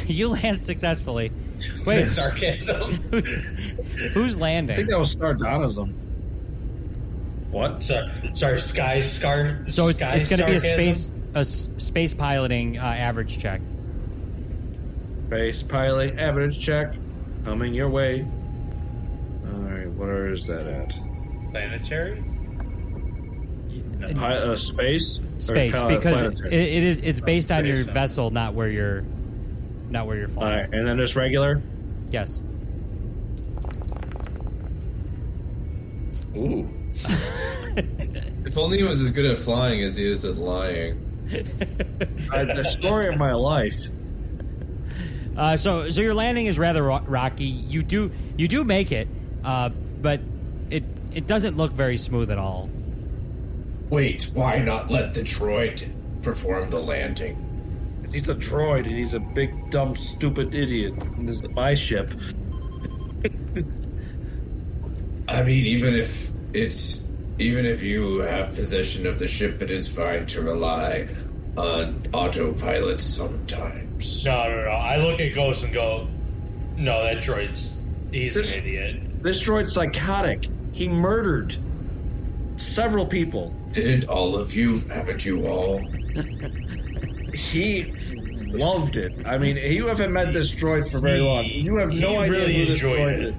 E: you land successfully. Wait,
C: Sarcasm.
E: who's
H: I think
E: landing?
H: that was sardonism. What?
C: So, sorry, sky scar.
E: So it,
C: sky
E: it's going to be a
C: sarcasm?
E: space a s- space piloting uh, average check.
H: Base piling average check coming your way. All right, where is that at?
C: Planetary?
H: Pi- uh, space. Or
E: Space
H: pal-
E: because it,
H: planetary?
E: it is it's based on your
C: Space, uh,
E: vessel, not where you're, not where you're
H: All
E: flying.
H: right, and then just regular.
E: Yes.
H: Ooh.
I: If only he was as good at flying as he is at lying.
H: I, Uh, the story of my life.
E: Uh, so so your landing is rather ro- rocky. You do you do make it, uh, but it it doesn't look very smooth at all.
I: Wait, why not let the droid perform the landing?
H: He's a droid, and he's a big, dumb, stupid idiot. And this is my ship.
I: I mean, even if it's even if you have possession of the ship, it is fine to rely on autopilot sometimes.
C: No, no, no. I look at Ghost and go, no, that droid's. He's
H: This-
C: an idiot.
H: This droid's psychotic. He murdered several people.
I: Didn't all of you? Haven't you all?
H: He loved it. I mean, you haven't met this droid for very long. You have no
C: He
H: idea
C: really
H: who this
C: enjoyed
H: droid
C: it.
H: is.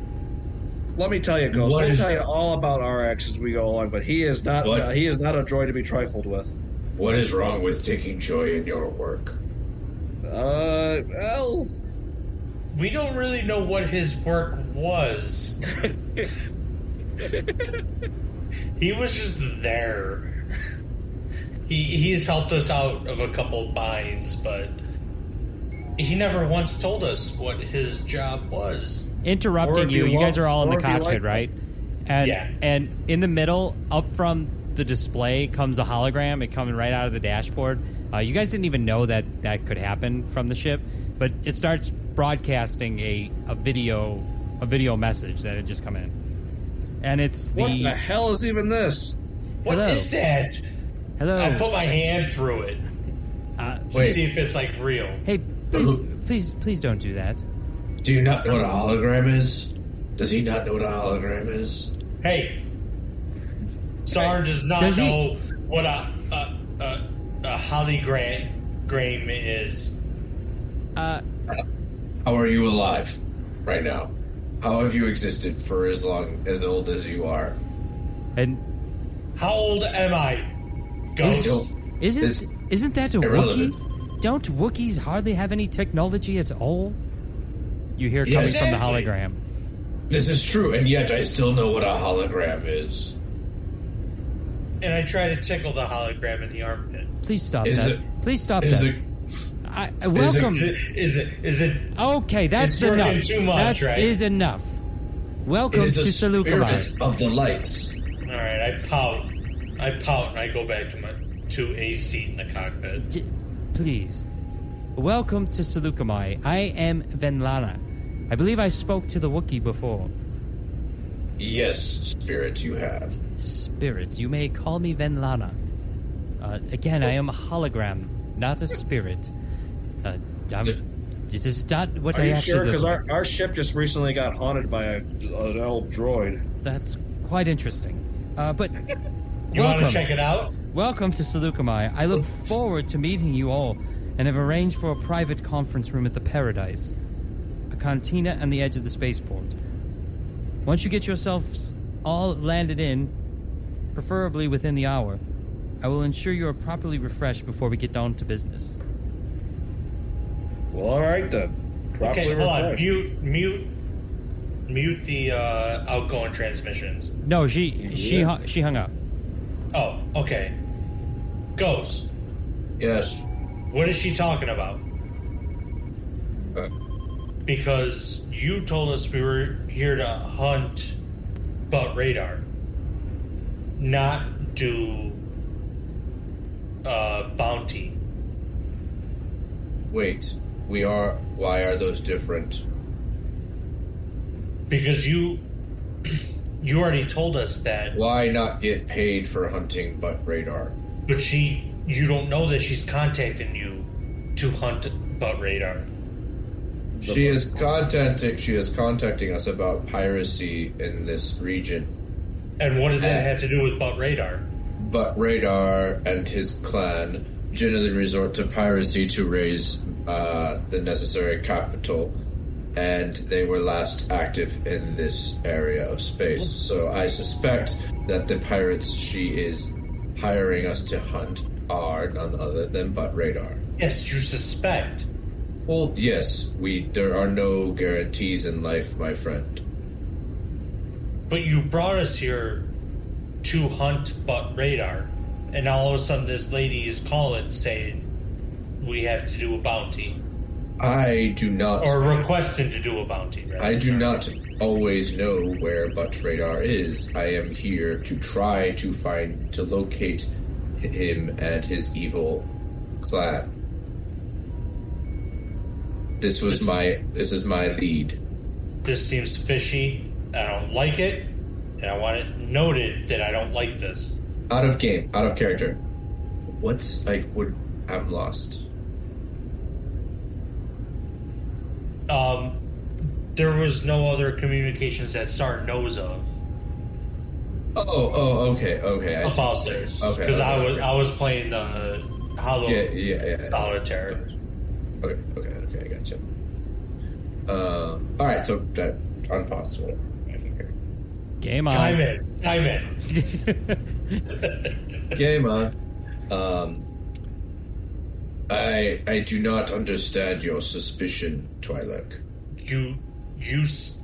H: Let me tell you, Ghost.
I: What
H: I'll
I: is-
H: tell you all about RX as we go along, but he is not
I: What?
H: uh, he is not a droid to be trifled with.
I: What is wrong with taking joy in your work?
H: Uh, well,
C: We don't really know what his work was. he was just there. He he's helped us out of a couple binds, but he never once told us what his job was.
E: interrupting
H: Or if
E: you.
H: you
E: You guys
H: want-
E: are all in
H: or
E: the
H: if you
E: cockpit,
H: like-
E: right? And
C: Yeah.
E: and in the middle, up from the display comes a hologram. It coming right out of the dashboard. Uh, you guys didn't even know that that could happen from the ship, but it starts broadcasting a, a video a video message that had just come in, and it's the,
H: what the hell is even this?
C: What
E: Hello.
C: is that? I
E: hello.
C: put my hand through it
E: Uh,
C: to see if it's like real.
E: hey, please, please, please don't do that.
I: Do you not know what a hologram is? Does he not know what a hologram is?
C: Hey, Sarn does not
E: Does he-
C: know what a a, a, a hologram gram is.
E: Uh,
I: How are you alive right now? How have you existed for as long as old as you are?
E: and
C: How old am I?
I: I
C: Ghost.
I: don't-
E: isn't
I: It's
E: isn't that a
I: irrelevant.
E: Wookiee? Don't Wookiees hardly have any technology at all? You hear
I: Yeah,
E: coming from the
C: exactly.
E: hologram.
I: This is true, and yet I still know what a hologram is.
C: And I try to tickle the hologram in the armpit.
E: Please stop
I: Is
E: that.
I: it-
E: Please stop
I: Is
E: that.
I: it?
E: I, I- welcome.
C: Is it? Is it? Is it
E: okay, that's
C: It's working
E: enough.
C: too much,
E: That
C: right?
E: is enough.
I: It
E: Welcome
I: is
E: to
I: the
E: Seleucumai.
I: spirit of the lights.
C: all right? I pout. I pout and I go back to my to a seat in the cockpit.
E: J- Please. Welcome to Seleucumai. I am Venlana. I believe I spoke to the Wookiee before.
I: Yes, spirit, you have.
E: Spirit, you may call me Venlana. Uh, again, I am a hologram, not a spirit. Uh, I'm, it is not what
H: Are
E: I
H: you
E: actually
H: sure? Because
E: look-
H: our, our ship just recently got haunted by a, an old droid.
E: That's quite interesting. Uh, but
C: You want
E: welcome.
C: to check it out?
E: Welcome to Seleucumai. I look forward to meeting you all and have arranged for a private conference room at the Paradise, a cantina on the edge of the spaceport. Once you get yourselves all landed in, preferably within the hour, I will ensure you are properly refreshed before we get down to business.
H: Well, all right then.
C: Okay,
H: Properly
C: hold on.
H: refreshed.
C: Mute. Mute. Mute the uh, outgoing transmissions.
E: No, she she
H: Yeah.
E: hu- she hung up.
C: Oh, okay. Ghost.
I: Yes.
C: What is she talking about?
I: Uh.
C: Because you told us we were here to hunt but radar. not do uh, bounty.
I: Wait, we are. Why are those different?
C: Because you you already told us that,
I: Why not get paid for hunting but radar?
C: but she you don't know that she's contacting you to hunt butt radar.
I: She is contacting. She is contacting us about piracy in this region,
C: And what does that have to do with butt radar?
I: but radar and his clan generally resort to piracy to raise uh, the necessary capital, and they were last active in this area of space. So I suspect that the pirates she is hiring us to hunt are none other than but radar.
C: Yes, you suspect.
I: Well, yes, we. There are no guarantees in life, my friend.
C: But you brought us here to hunt butt radar, and all of a sudden this lady is calling saying we have to do a bounty.
I: I do not.
C: Or requesting to do a bounty, right?
I: I do not always know where Butt Radar is. I am here to try to find to locate him and his evil clan. This was my this is my lead.
C: This seems fishy. I don't like it, and I want it noted that I don't like this.
I: Out of game, out of character. What's like would I'm lost.
C: Um, there was no other communications that SAR knows of
I: Oh, oh, okay, okay. I see.
C: about this
I: Okay,
C: because I
I: okay,
C: was
I: okay.
C: I was playing the Hollow
I: Yeah, yeah, yeah.
C: Solitaire.
I: Okay, okay, okay, I gotcha. Uh, all right, so that unpause. whatever.
E: Game on. Uh,
C: Time in, time in.
I: game on. Um, I I do not understand your suspicion, Twi'lek.
C: You, you, s-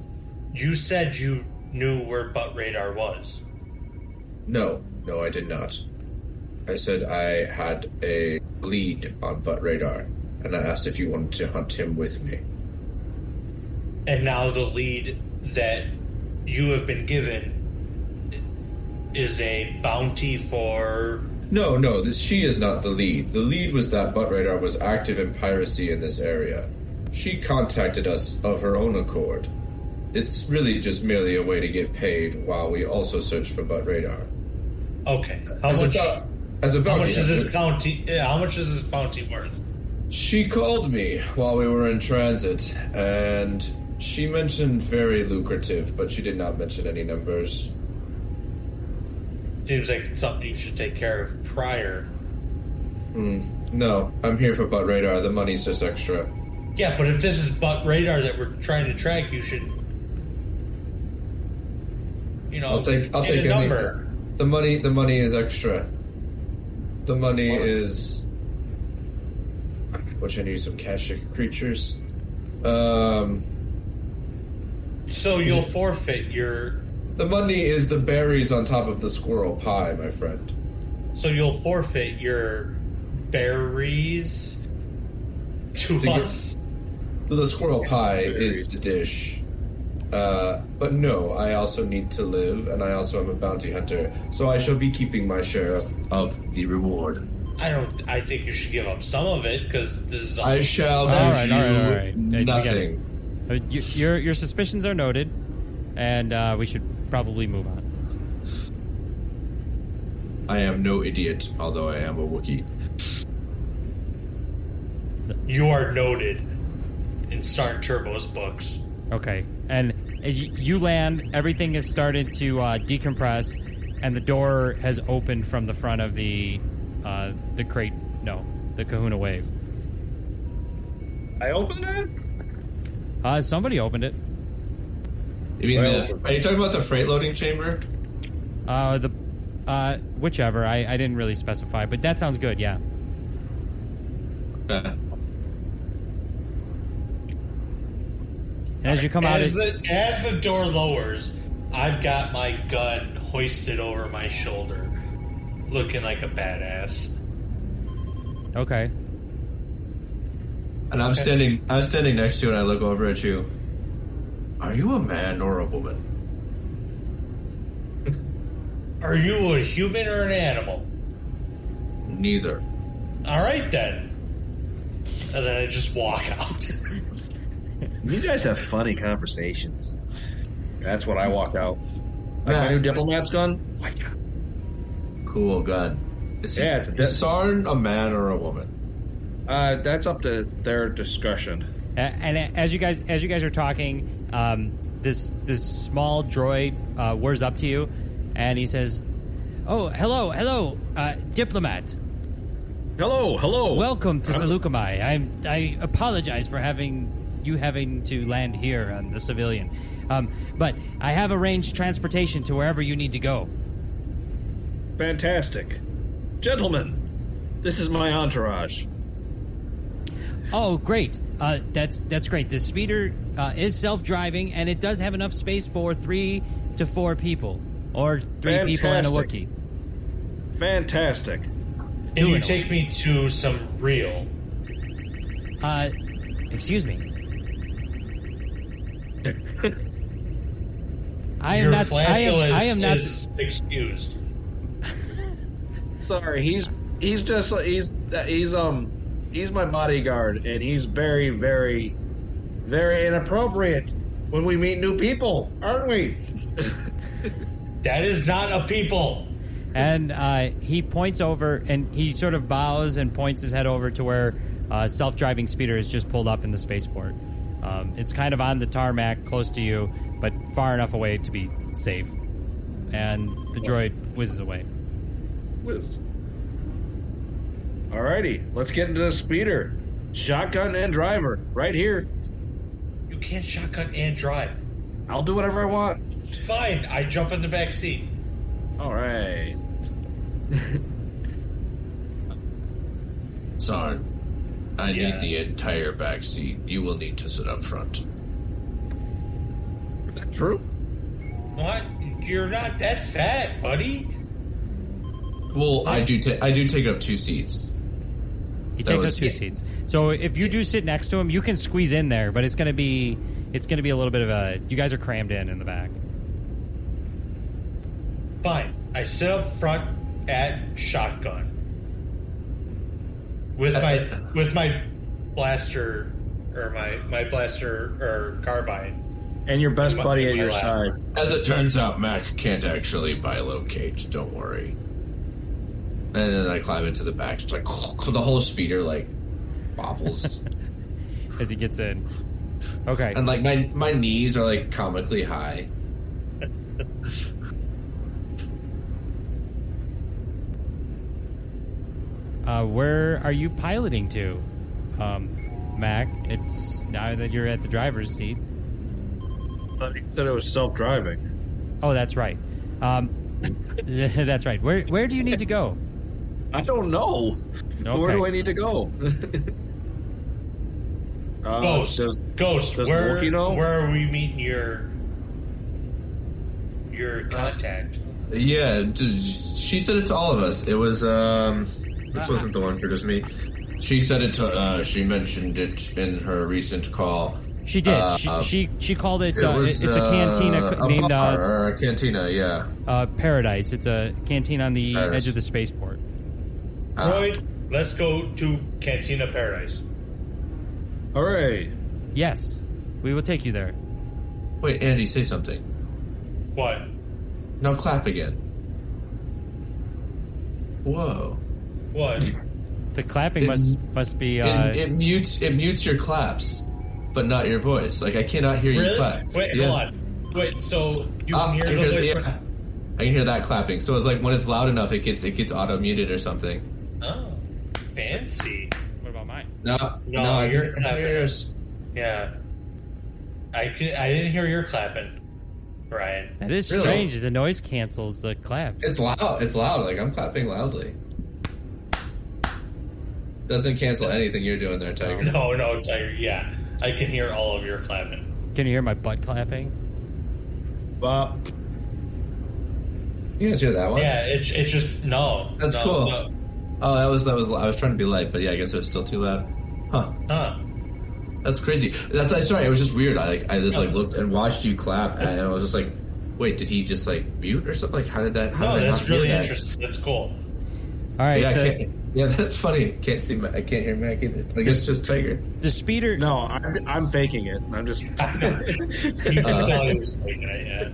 C: you said you knew where butt radar was.
I: No, no, I did not. I said I had a lead on Butt Radar, and I asked if you wanted to hunt him with me.
C: and now the lead that you have been given is a bounty for
I: No, no, this, she is not the lead. The lead was that Butt Radar was active in piracy in this area. She contacted us of her own accord. It's really just merely a way to get paid while we also search for Butt Radar.
C: okay how
I: as
C: much
I: a, bo- as a
C: how
I: bounty
C: much is
I: hunter.
C: this bounty yeah, how much is this bounty worth
I: She called me while we were in transit, and she mentioned very lucrative, but she did not mention any numbers.
C: seems like it's something you should take care of prior Hmm.
I: No, I'm here for butt radar. The money's just extra.
C: yeah but if this is butt radar that we're trying to track you should you know
I: I'll take. I'll
C: get
I: take
C: a
I: any-
C: Oh, number
I: The money. The money is extra. The money is. I wish I knew some Kashik creatures. Um,
C: so you'll forfeit your
I: the money is the berries on top of the squirrel pie, my friend.
C: so you'll forfeit your berries to
I: To get-
C: us
I: The squirrel pie is the dish. Uh, but no, I also need to live, and I also am a bounty hunter, so I shall be keeping my share of the reward.
C: I don't. I think you should give up some of it because this is.
I: I shall
E: All
I: give
E: right,
I: you
E: all right, all right. Hey, we got it.
I: nothing.
E: Uh, y- your your suspicions are noted, and uh, we should probably move on.
I: I am no idiot, although I am a Wookiee.
C: You are noted in Star Turbo's books.
E: Okay, and as y- you land, everything has started to uh, decompress, and the door has opened from the front of the uh, the crate. No, the Kahuna wave.
H: I opened it.
E: Uh, somebody opened it.
I: You mean
H: Well,
I: the, are you talking about the freight loading chamber?
E: Uh, the uh, whichever I, I didn't really specify, but that sounds good. Yeah.
I: Uh,
E: And as you come out,
C: As
E: it,
C: the as the door lowers, I've got my gun hoisted over my shoulder, looking like a badass.
E: okay.
I: and I'm standing. I'm standing next to you, and I look over at you. Are you a man or a woman?
C: Are you a human or an animal?
I: Neither.
C: All right then. And then I just walk out.
H: You guys have funny conversations. That's what I walked out. Like my
I: Right.
H: new diplomat's gun. My God.
I: Cool, God. Is
H: Yeah, it's a
I: he,
H: bit-
I: is Sarn a man or a woman?
H: Uh, that's up to their discussion.
E: A- and as you guys as you guys are talking, um, this this small droid uh, whirs up to you, and he says, "Oh, hello, hello, uh, diplomat.
H: Hello, hello.
E: Welcome to
H: I'm-
E: Seleucami. I'm I apologize for having you having to land here on the civilian, um, but I have arranged transportation to wherever you need to go.
H: Fantastic. Gentlemen, this is my entourage.
E: Oh, great. Uh, that's that's great. The speeder uh, is self-driving, and it does have enough space for three to four people, or three people and a
H: Fantastic.
E: Wookiee.
H: Fantastic.
C: Can you take me to some real?
E: Uh, excuse me. I am
C: Your
E: not. I
C: flatulence
E: am, I am not.
C: is excused.
H: Sorry, he's he's just he's he's um he's my bodyguard, and he's very very very inappropriate when we meet new people, aren't we?
C: That is not a people.
E: And uh, he points over, and he sort of bows and points his head over to where uh, self-driving speeder is just pulled up in the spaceport. Um, it's kind of on the tarmac, close to you, but far enough away to be safe. And the droid whizzes away.
H: Whiz. Alrighty, let's get into the speeder. Shotgun and driver, right here.
C: You can't shotgun and drive.
H: I'll do whatever I want.
C: Fine, I jump in the back seat.
H: Alright.
I: Sarn, I
C: Yeah.
I: need the entire back seat. You will need to sit up front.
H: Is that true?
C: What? You're not that fat, buddy.
I: Well, I do. Ta- I do take up two seats.
E: He
I: That
E: takes
I: was-
E: up two seats. So if you do sit next to him, you can squeeze in there, but it's gonna be it's gonna be a little bit of a. You guys are crammed in in the back.
C: Fine. I sit up front at shotgun with my with my blaster or my my blaster or carbine.
H: And your best
C: In my-
H: buddy
C: in
H: at
C: my
H: your
C: lap.
H: side.
I: As it turns out, Mac can't actually bilocate. Don't worry. And then I climb into the back. It's like the whole speeder like bobbles,
E: as he gets in. Okay.
I: and like my my knees are like comically high.
E: Uh, where are you piloting to, um, Mac? It's now that you're at the driver's seat.
H: But he said it was self driving.
E: Oh, that's right. Um, that's right. Where Where do you need to go?
H: I don't know. Where
E: Okay.
H: do I need to go? uh,
C: Ghost,
H: does-
C: Ghost,
H: does
C: where
H: Loki know?
C: where are we meeting your your
H: Uh,
C: contact?
I: Yeah, d- she said it to all of us. It was um, this wasn't the one. It was me. She said it to. Uh, she mentioned it in her recent call.
E: She did.
I: Uh,
E: she, she She called it.
I: It
E: uh,
I: was,
E: it's a
I: uh,
E: cantina co-
I: a
E: named
I: bar,
E: uh,
I: or a cantina. Yeah.
E: uh, Paradise. It's a canteen on the
I: Paradise.
E: edge of the spaceport.
I: Ah.
C: Royd, let's go to Cantina Paradise.
H: All right.
E: Yes, we will take you there.
I: Wait, Andy, say something.
C: What?
I: Now clap again. Whoa!
C: What?
E: The clapping
I: It-
E: must must be. Uh,
I: it, it mutes. It mutes your claps, but not your voice. Like I cannot hear you
C: really?
I: clap.
C: Wait,
I: Yeah.
C: hold on. Wait, so you
I: Ah,
C: can
I: I
C: hear
I: can
C: the
I: hear-
C: voice?
I: yeah. I can hear that clapping. So it's like when it's loud enough, it gets it gets auto muted or something.
C: Oh, fancy.
E: what about mine?
I: No,
C: No,
I: no, I
C: you're
I: can
C: clapping.
I: hear yours.
C: Yeah. I can, I didn't hear your clapping, Brian.
E: That is
I: Really?
E: strange. The noise cancels the claps.
I: It's loud. It's loud. Like I'm clapping loudly. Doesn't cancel anything you're doing there, Tiger.
C: No, no, Tiger. Yeah, I can hear all of your clapping.
E: Can you hear my butt clapping?
H: Bop.
I: You guys hear that one?
C: Yeah, it's it's just no.
I: That's
C: no,
I: cool.
C: no.
I: Oh, that was that was. I was trying to be light, but yeah, I guess it was still too loud. Huh.
C: Huh?
I: That's crazy. That's I sorry. It was just weird. I like I just like looked and watched you clap, and I was just like, wait, did he just like mute or something? Like, how did that? How
C: No,
I: did I
C: that's
I: not hear
C: really
I: that?
C: interesting. That's cool.
E: All right.
I: yeah, I
E: the,
I: can't, yeah, that's funny. Can't see, Ma- I can't hear Mac either. Like, it's just Tiger.
E: the speeder.
H: No, I'm, I'm faking it. I'm just.
C: You can
I: Uh,
C: tell he was making it. Yeah.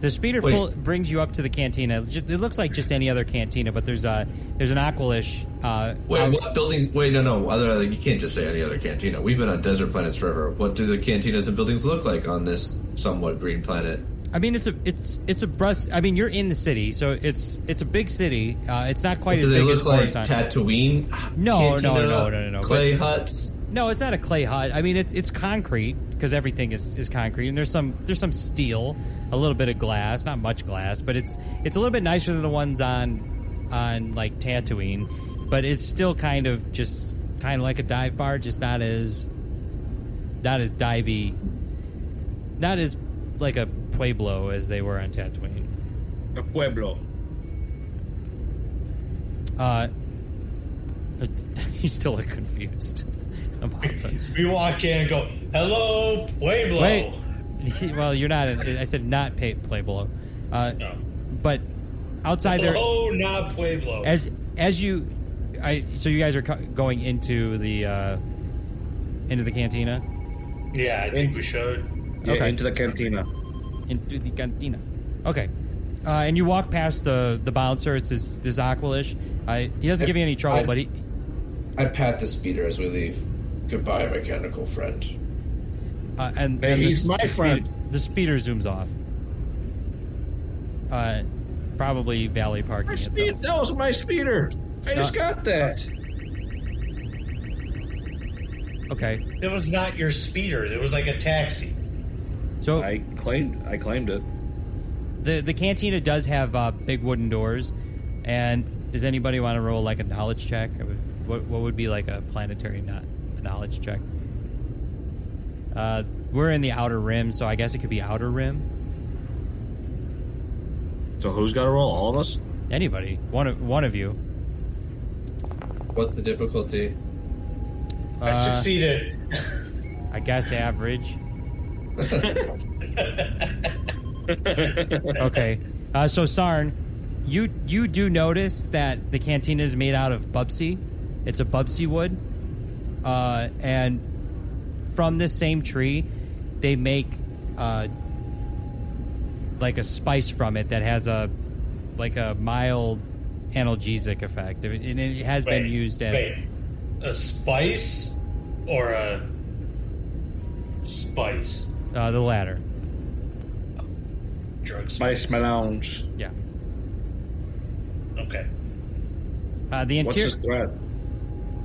E: The speeder
I: Wait.
E: pull brings you up to the cantina. Ju- It looks like just any other cantina, but there's a there's an aquilish. Uh,
I: Wait,
E: out-
I: what buildings? Wait, no, no. Other, like, you can't just say any other cantina. We've been on desert planets forever. What do the cantinas and buildings look like on this somewhat green planet?
E: I mean, it's a it's it's a brus. I mean, you're in the city, so it's it's a big city. Uh, it's not quite
I: Do
E: as
I: they
E: big
I: look
E: as
I: like
E: Coruscant.
I: Tatooine?
E: No, no,
I: Cantina,
E: no, no, no, no,
I: Clay huts.
E: no, it's not a clay hut. I mean, it, it's concrete because everything is, is concrete, and there's some there's some steel, a little bit of glass, not much glass, but it's it's a little bit nicer than the ones on on like Tatooine, but it's still kind of just kind of like a dive bar, just not as not as divey, not as like a pueblo as they were on Tatooine.
H: A pueblo.
E: Uh, you still look confused about this.
C: We walk in and go, "Hello, Pueblo."
E: Wait. well, you're not. I said not pay, Pueblo. Uh,
C: No. Oh.
E: but outside there,
C: Hello, not Pueblo.
E: as as you, I so you guys are co- going into the uh, into the cantina,
C: yeah, I think we should.
H: Yeah,
E: Okay.
H: into the cantina.
E: into the cantina. Okay. Uh, and you walk past the the bouncer. It's this, this aquilish. Uh, he doesn't give you any trouble,
L: I-
E: but he
L: I pat the speeder as we leave. Goodbye, mechanical friend.
E: Uh, and
H: Hey,
E: and
H: he's my friend.
E: Speeder, the speeder zooms off. Uh, probably valley parking.
H: My
E: itself.
H: speed, that was my speeder. I just got that.
E: Okay,
C: It was not your speeder. It was like a taxi.
E: so
H: I claimed. I claimed it.
E: the the cantina does have uh, big wooden doors, and does anybody want to roll like a knowledge check? I would- What what would be like a planetary not a knowledge check? Uh, we're in the outer rim, so I guess it could be outer rim.
H: So who's got to roll? All of us.
E: Anybody, one of one of you.
L: What's the difficulty?
C: I
E: Uh,
C: succeeded.
E: I guess average. okay. Uh, so Sarn, you you do notice that the cantina is made out of bubsy. It's a bubsy wood, uh, and from this same tree, they make uh, like a spice from it that has a like a mild analgesic effect, and it has been
C: Wait,
E: used as
C: wait. a spice or a spice
E: uh, the latter.
C: drug
H: Spice Melange.
E: Yeah.
C: Okay.
E: Uh, the
H: What's
E: interior.
H: his threat?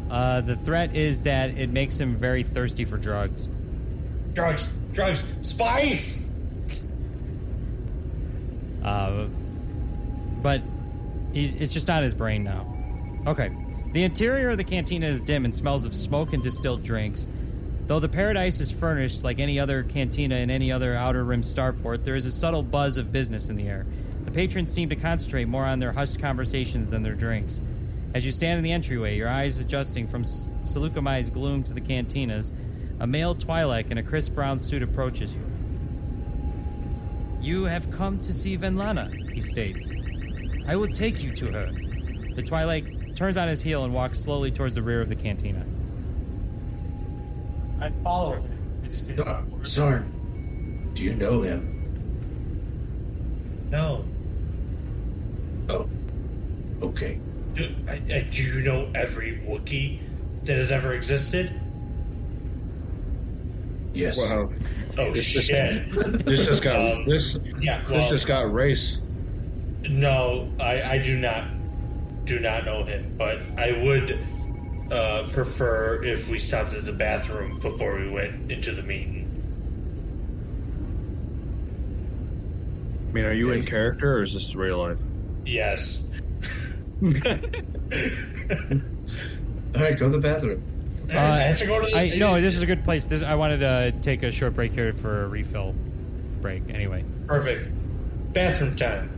E: Uh, the threat is that it makes him very thirsty for drugs.
C: Drugs, drugs, spice.
E: Uh, but he's, it's just not his brain now. Okay. The interior of the cantina is dim and smells of smoke and distilled drinks. Though the paradise is furnished like any other cantina in any other outer rim starport, there is a subtle buzz of business in the air. The patrons seem to concentrate more on their hushed conversations than their drinks. As you stand in the entryway, your eyes adjusting from S- Seleucumai's gloom to the cantinas, a male Twi'lek in a crisp brown suit approaches you. You have come to see Venlana, he states. I will take you to her. The Twilight turns on his heel and walks slowly towards the rear of the cantina.
M: I follow him. It's been
L: Sarn, Uh, do you know him?
C: No.
L: Oh, okay.
C: Do, I, I, do you know every Wookiee that has ever existed?
L: Yes.
H: Wow.
C: Oh shit!
H: This just got
C: Um,
H: this.
C: Yeah.
H: this
C: Well,
H: just got race.
C: no, I, I do not do not know him, but I would uh, prefer if we stopped at the bathroom before we went into the meeting.
H: I mean, are you in character or is this real life?
C: Yes.
L: All right, go to the bathroom.
C: I have to go to the.
E: Uh, I, no, this is a good place. This, I wanted to take a short break here for a refill break. Anyway,
C: Perfect. Bathroom time.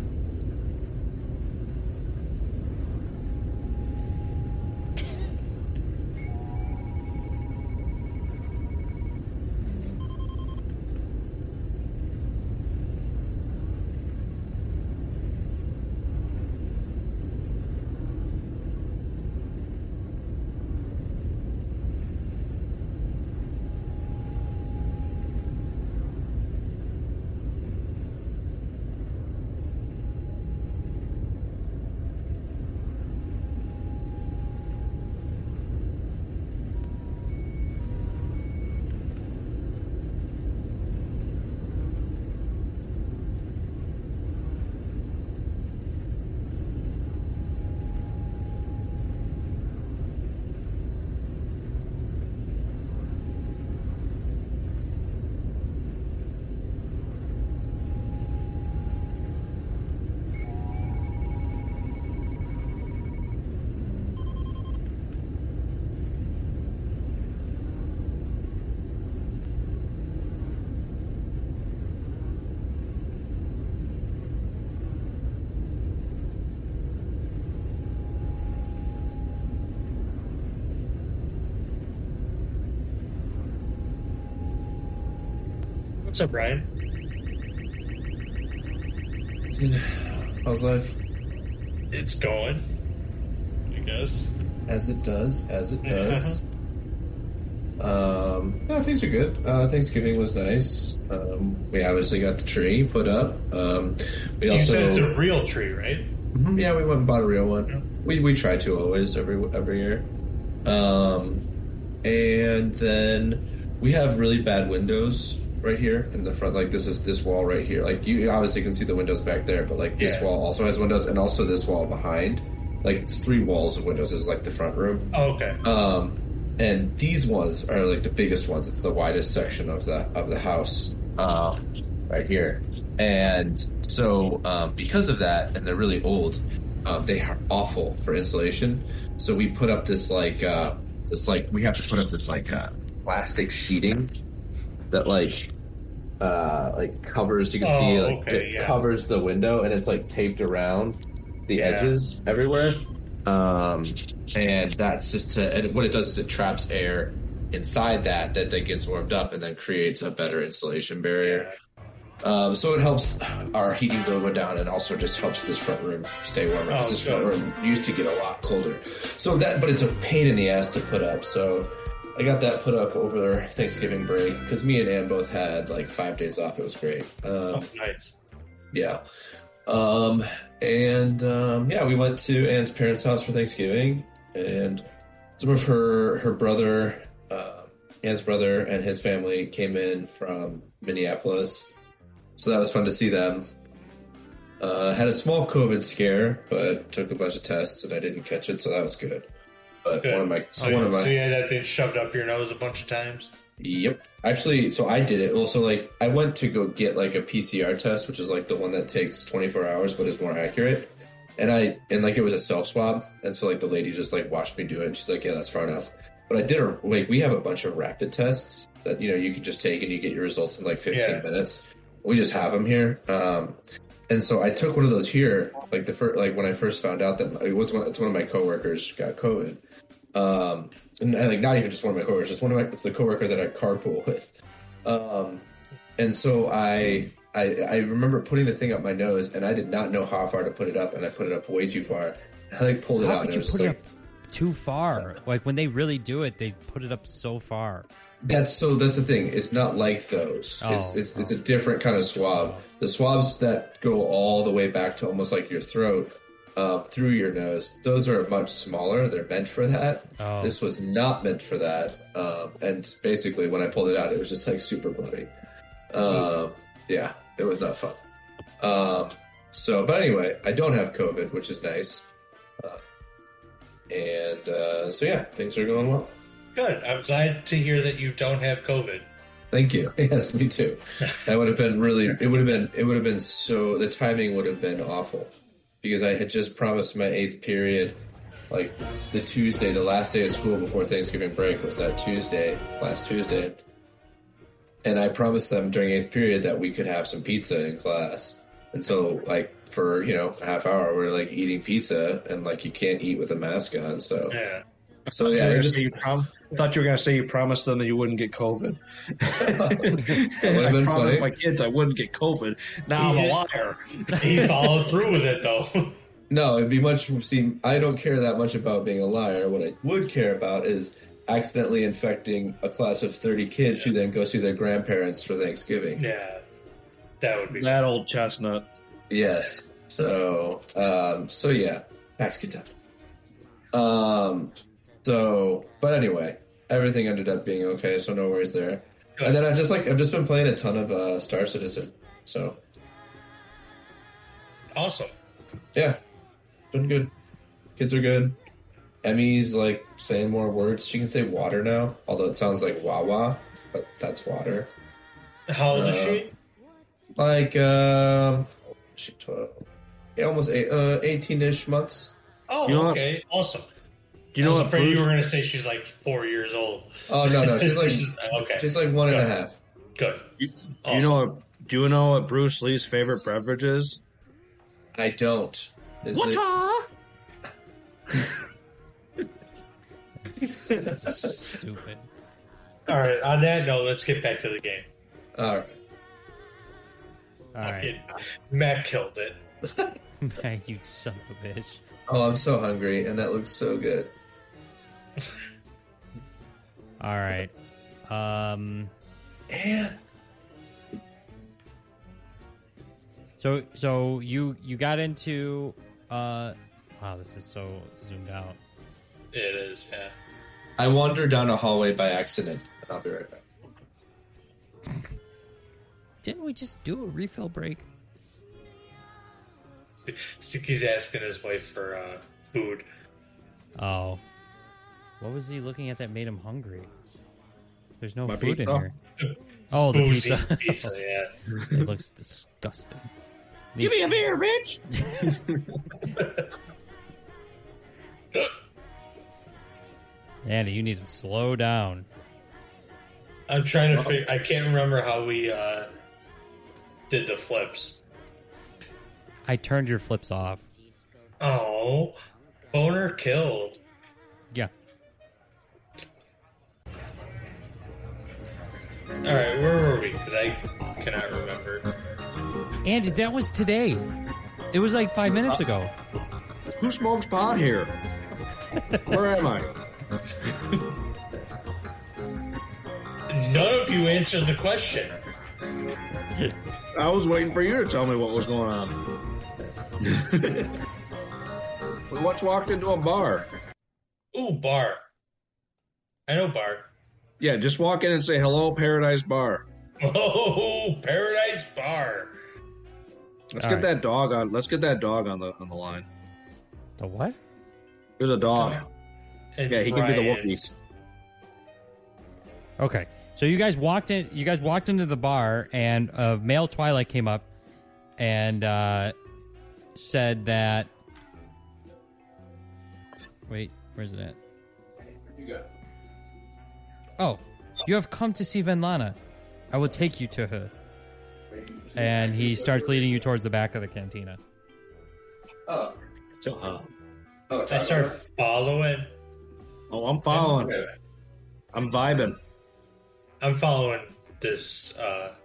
C: What's up, Ryan?
I: Dude, how's life?
C: It's going. I guess.
I: As it does, as it does. um, yeah, things are good. Uh, Thanksgiving was nice. Um, we obviously got the tree put up. Um, we
C: you
I: also
C: said it's a real tree, right?
I: Mhm, yeah, we went and bought a real one. We we try to always every every year. Um, and then we have really bad windows right here in the front. Like this is this wall right here. Like you obviously can see the windows back there, but like this
C: Yeah.
I: wall also has windows, and also this wall behind. Like it's three walls of windows is like the front room.
C: Oh, okay.
I: Um, and these ones are like the biggest ones. It's the widest section of the of the house, um, right here. And so, um, because of that, and they're really old, um, they are awful for insulation. So we put up this like uh, this like we have to put up this like uh, plastic sheeting that like uh, like covers. You can see
C: Oh,
I: like
C: okay,
I: it
C: yeah.
I: covers the window, and it's like taped around the
C: Yeah.
I: edges everywhere. Um, and that's just to and what it does is it traps air inside that that then gets warmed up and then creates a better insulation barrier. Um, so it helps our heating bill go down and also just helps this front room stay warmer because
C: Oh,
I: this
C: good.
I: front room used to get a lot colder. So that, but it's a pain in the ass to put up. So I got that put up over Thanksgiving break because me and Ann both had like five days off. It was great. Um,
C: Oh, nice.
I: yeah. Um, and um, yeah, we went to Anne's parents' house for Thanksgiving, and some of her her brother, uh, Anne's brother, and his family came in from Minneapolis, so that was fun to see them. Uh, had a small COVID scare, but took a bunch of tests and I didn't catch it, so that was good. But
C: Good.
I: one of my
C: So,
I: one of my
C: so you had that thing shoved up your nose a bunch of times.
I: Yep. Actually, so I did it. Also, like I went to go get like a PCR test, which is like the one that takes 24 hours but is more accurate. And I and like it was a self swab, and so like the lady just like watched me do it, and she's like, "Yeah, that's far enough." But I did a like we have a bunch of rapid tests that you know you can just take and you get your results in like 15
C: Yeah.
I: minutes. We just have them here. Um, and so I took one of those here, like the first, like when I first found out that it was one, it's one of my coworkers got COVID. Um, and I, like not even just one of my coworkers, it's one of my it's the coworker that I carpool with. Um, and so I, I I remember putting the thing up my nose, and I did not know how far to put it up, and I put it up way too far. I like pulled it
E: How
I: out,
E: could
I: and it
E: you
I: was
E: put
I: just
E: it
I: like,
E: up too far? Like when they really do it, they put it up so far.
I: That's so. That's the thing. It's not like those. it's
E: Oh,
I: it's, it's a different kind of swab. The swabs that go all the way back to almost like your throat, uh, through your nose. Those are much smaller. They're meant for that.
E: Oh.
I: This was not meant for that. Um, and basically, when I pulled it out, it was just like super bloody. Um, yeah, it was not fun. Um, so, but anyway, I don't have COVID, which is nice. Uh, and uh, so, yeah, things are going well.
C: Good. I'm glad to hear that you don't have COVID.
I: Thank you. Yes, me too. That would have been really. It would have been. It would have been so. The timing would have been awful because I had just promised my eighth period, like the Tuesday, the last day of school before Thanksgiving break was that Tuesday, last Tuesday, and I promised them during eighth period that we could have some pizza in class, and so like for you know a half hour we're like eating pizza and like you can't eat with a mask on, so
C: Oh, Yeah.
I: so
H: I
I: yeah,
H: thought
I: it
H: you
I: just
H: were gonna say you prom- I thought you were going to say you promised them that you wouldn't get COVID.
I: would've
H: I
I: been
H: promised
I: funny.
H: my kids I wouldn't get COVID. Now
C: He
H: I'm
C: did.
H: a liar.
C: He followed through with it though.
I: No, it'd be much. See, I don't care that much about being a liar. What I would care about is accidentally infecting a class of thirty kids who then go see their grandparents for Thanksgiving.
C: yeah. That would be.
H: That old chestnut.
I: Yes. So, um, so yeah, Max gets up. Um, so, but anyway, everything ended up being okay, so no worries there.
C: Good.
I: And then I've just like I've just been playing a ton of uh, Star Citizen, so
C: Awesome.
I: Yeah, been good. Kids are good. Emmy's like saying more words. She can say water now, although it sounds like wawa, but that's water.
C: How old is
I: Uh,
C: she?
I: Like, um, she twelve, yeah, almost eight, uh, eighteen-ish months.
C: Oh,
H: you know what-
C: okay. Awesome.
H: Do you know
C: I was
H: what
C: afraid
H: Bruce?
C: you were going to say she's like four years old.
I: Oh no, no, she's like
C: She's- okay.
I: she's like one and a half.
C: Good.
H: you- do
C: Awesome.
H: you know what? Do you know what Bruce Lee's favorite beverage is?
I: I don't. Is it-
E: Stupid.
C: All right. On that note, let's get back to the game.
I: all right.
E: Alright.
C: Matt killed it.
E: you son of a bitch.
L: Oh, I'm so hungry, and that looks so good.
E: Alright. Um
L: And
E: So so you you got into uh wow this is so zoomed out.
C: It is, yeah.
L: I wander down a hallway by accident. I'll be right back.
E: Didn't we just do a refill break?
C: I think he's asking his wife for uh, food.
E: Oh. What was he looking at that made him hungry? There's no
H: My
E: food in
H: pizza.
E: here. Oh, the
C: Boozy
E: pizza.
C: pizza, yeah.
E: it looks disgusting.
H: Give me a beer, bitch.
E: Andy, you need to slow down.
C: I'm trying to figure. I can't remember how we uh, did the flips.
E: I turned your flips off.
C: Oh, boner killed.
E: Yeah.
C: All right, where were we? Because I cannot remember.
E: Andy, that was today. It was like five minutes ago.
H: Uh, Who smokes pot here? Where am I?
C: None of you answered the question.
H: I was waiting for you to tell me what was going on. we once walked into a bar.
C: Ooh, bar. I know bar.
H: Yeah, just walk in and say hello, Paradise Bar.
C: Oh, Paradise Bar.
H: Let's
E: All
H: get
E: right.
H: that dog on. Let's get that dog on the on the line.
E: The what?
H: There's a dog.
C: And
H: Yeah, he can be the
C: Brian.
H: Wookiee.
E: Okay. So you guys walked in. You guys walked into the bar, and a male Twilight came up and uh, said that. Wait, where's it at?
L: You got
E: Oh, you have come to see Venlana. I will take you to her. And he starts leading you towards the back of the cantina.
L: Oh.
H: So, uh,
L: Oh,
C: I start following.
H: oh, I'm following.
L: Okay.
H: I'm vibing.
C: I'm following this. uh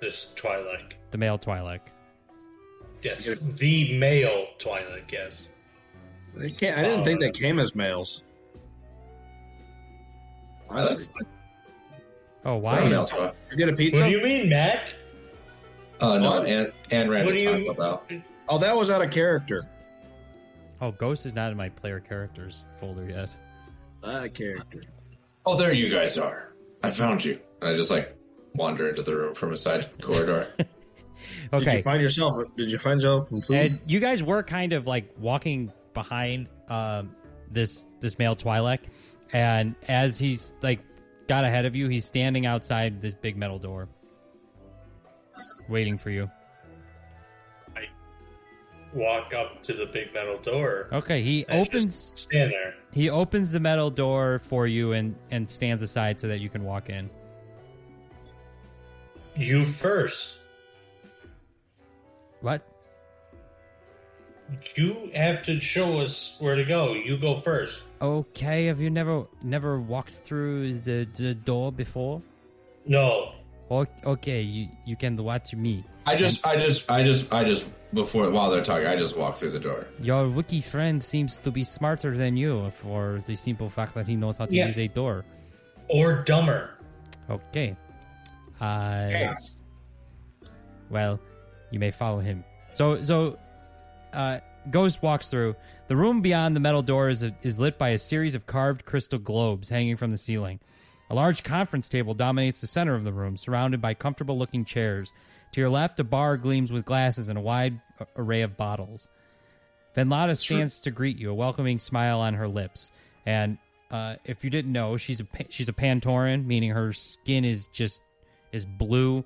C: This Twilight.
E: The male Twilight.
C: Yes, the male Twilight. Yes.
H: They can't. I didn't think they came as males.
L: That's-
E: Oh,
L: I
E: why?
L: don't
E: is-
L: know. Uh,
H: You get a pizza?
C: What do you mean, Mac?
I: Uh,
L: no, and and
C: What do
L: Randy
C: you?
L: talked about.
H: oh, that was out of character.
E: Oh, Ghost is not in my player characters folder yet.
H: Out of character.
L: Oh, there you guys are. I found you. And I just like wander into the room from a side corridor.
H: Did
E: Okay.
H: you find yourself? Did you find yourself some food?
E: And you guys were kind of like walking behind um, this this male Twi'lek, and as he's like got ahead of you, he's standing outside this big metal door, waiting for you.
C: Walk up to the big metal door.
H: Uh,
E: Okay, he
C: and just
E: opens
C: Stand there.
E: he opens the metal door for you and and stands aside so that you can walk in.
C: You first.
E: What?
C: You have to show us where to go. You go first.
E: Okay, have you never never walked through the, the door before?
C: No.
E: O- Okay, you you can watch me.
L: I just, I just, I just, I just. Before while they're talking, I just walk through the door.
E: Your wiki friend seems to be smarter than you for the simple fact that he knows how to
C: Yeah.
E: use a door.
C: Or dumber.
E: Okay. Uh, Well, you may follow him. So, so uh, Ghost walks through. The room beyond the metal door is, is lit by a series of carved crystal globes hanging from the ceiling. A large conference table dominates the center of the room, surrounded by comfortable looking chairs. To your left, a bar gleams with glasses and a wide a- array of bottles. Venlada stands to greet you, a welcoming smile on her lips. And uh, if you didn't know, she's a pa- she's a Pantoran, meaning her skin is just is blue.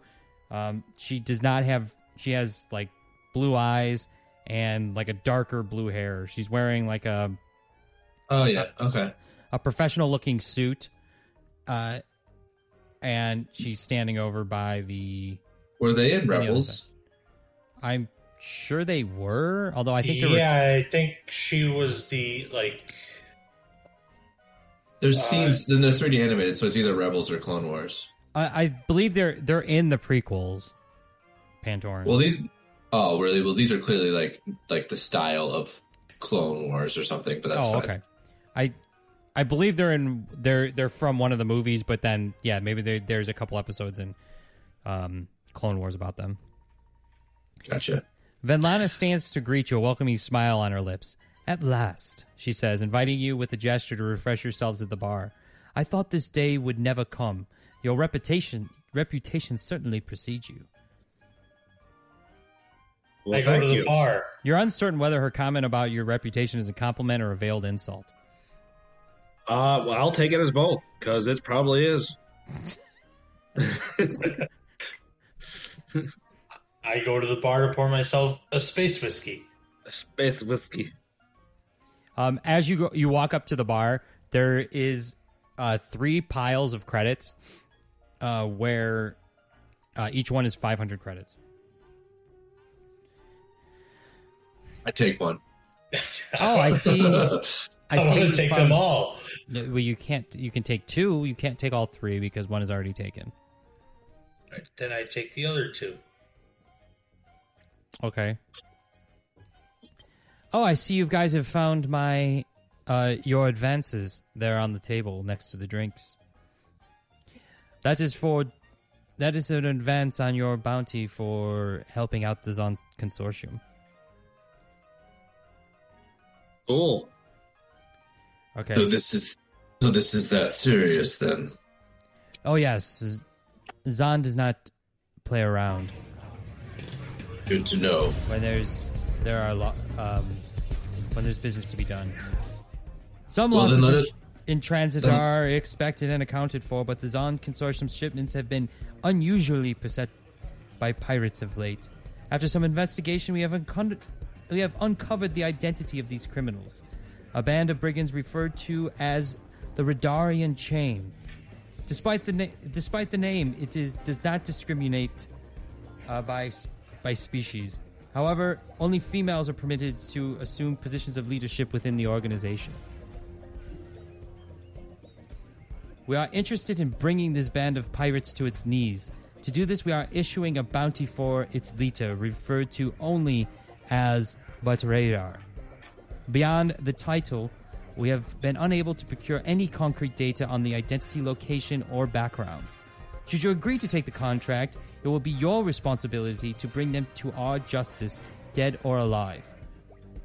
E: Um, she does not have she has like blue eyes and like a darker blue hair. She's wearing like a
L: Oh yeah, okay.
E: a professional looking suit, uh, and she's standing over by the.
L: Were they in
E: other
L: Rebels?
E: I'm sure they were, although I think there were.
C: yeah, I think she was the like.
L: There's scenes. Then they're 3D animated, so it's either Rebels or Clone Wars.
E: I, I believe they're they're in the prequels. Pandoran.
I: Well, these. Oh, really? Well, these are clearly like like the style of Clone Wars or something. But that's
E: oh,
I: fine.
E: okay. I I believe they're in they're they're from one of the movies, but then yeah, maybe there there's a couple episodes in um, Clone Wars about them.
I: Gotcha.
E: Venlana stands to greet you, a welcoming smile on her lips. At last, she says, inviting you with a gesture to refresh yourselves at the bar. I thought this day would never come. Your reputation reputation certainly precedes you.
C: I go to the bar.
E: You're uncertain whether her comment about your reputation is a compliment or a veiled insult.
H: Uh, well, I'll take it as both because it probably is.
C: I go to the bar to pour myself a space whiskey.
H: A space whiskey.
E: Um, as you go, you walk up to the bar. There is uh, three piles of credits, uh, where uh, each one is 500 credits.
I: I take one.
E: Oh, I see. I
C: I
E: see.
C: want
E: you
C: to take
E: found-
C: them all.
E: No, well, you can't. You can take two. You can't take all three because one is already taken.
C: Then I take the other two.
E: Okay. Oh, I see. You guys have found my uh, your advances there on the table next to the drinks. That is for. That is an advance on your bounty for helping out the Zon consortium.
H: Cool.
E: Okay.
I: So this is so this is that serious then.
E: Oh yes, Zon does not play around.
I: Good to know.
E: when there's there are lo- um, when there's business to be done. Some
I: Well,
E: losses
I: then let
E: in,
I: us-
E: in transit
I: then-
E: are expected and accounted for, but the Zon Consortium's shipments have been unusually beset by pirates of late. After some investigation, we have uncon- we have uncovered the identity of these criminals, a band of brigands referred to as the Radarian Chain. Despite the na- despite the name, it is does not discriminate uh, by by species. However, only females are permitted to assume positions of leadership within the organization. We are interested in bringing this band of pirates to its knees. To do this, we are issuing a bounty for its leader, referred to only as But Radar. Beyond the title, we have been unable to procure any concrete data on the identity, location, or background. Should you agree to take the contract, it will be your responsibility to bring them to our justice, dead or alive,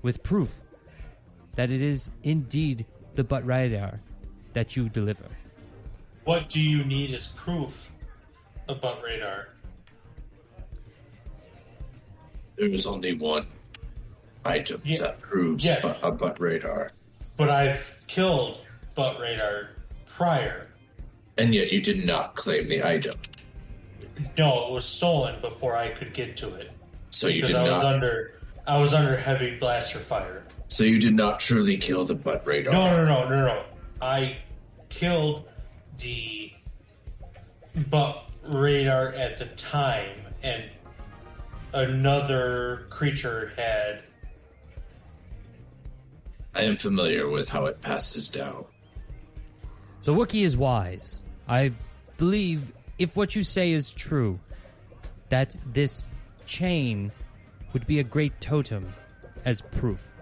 E: with proof that it is indeed the butt radar that you deliver.
C: What do you need as proof about radar?
I: There is only one item
C: Yeah.
I: that proves
C: Yes.
I: bu- a butt radar.
C: But I've killed butt radar prior.
I: And yet you did not claim the item.
C: No, it was stolen before I could get to it.
I: So you
C: because
I: did
C: I was
I: not
C: under I was under heavy blaster fire.
I: so you did not truly kill the butt radar.
C: No, no, no, no, no. I killed the butt radar at the time, and another creature had.
I: I am familiar with how it passes down.
E: The Wookiee is wise. I believe if what you say is true, that this chain would be a great totem as proof.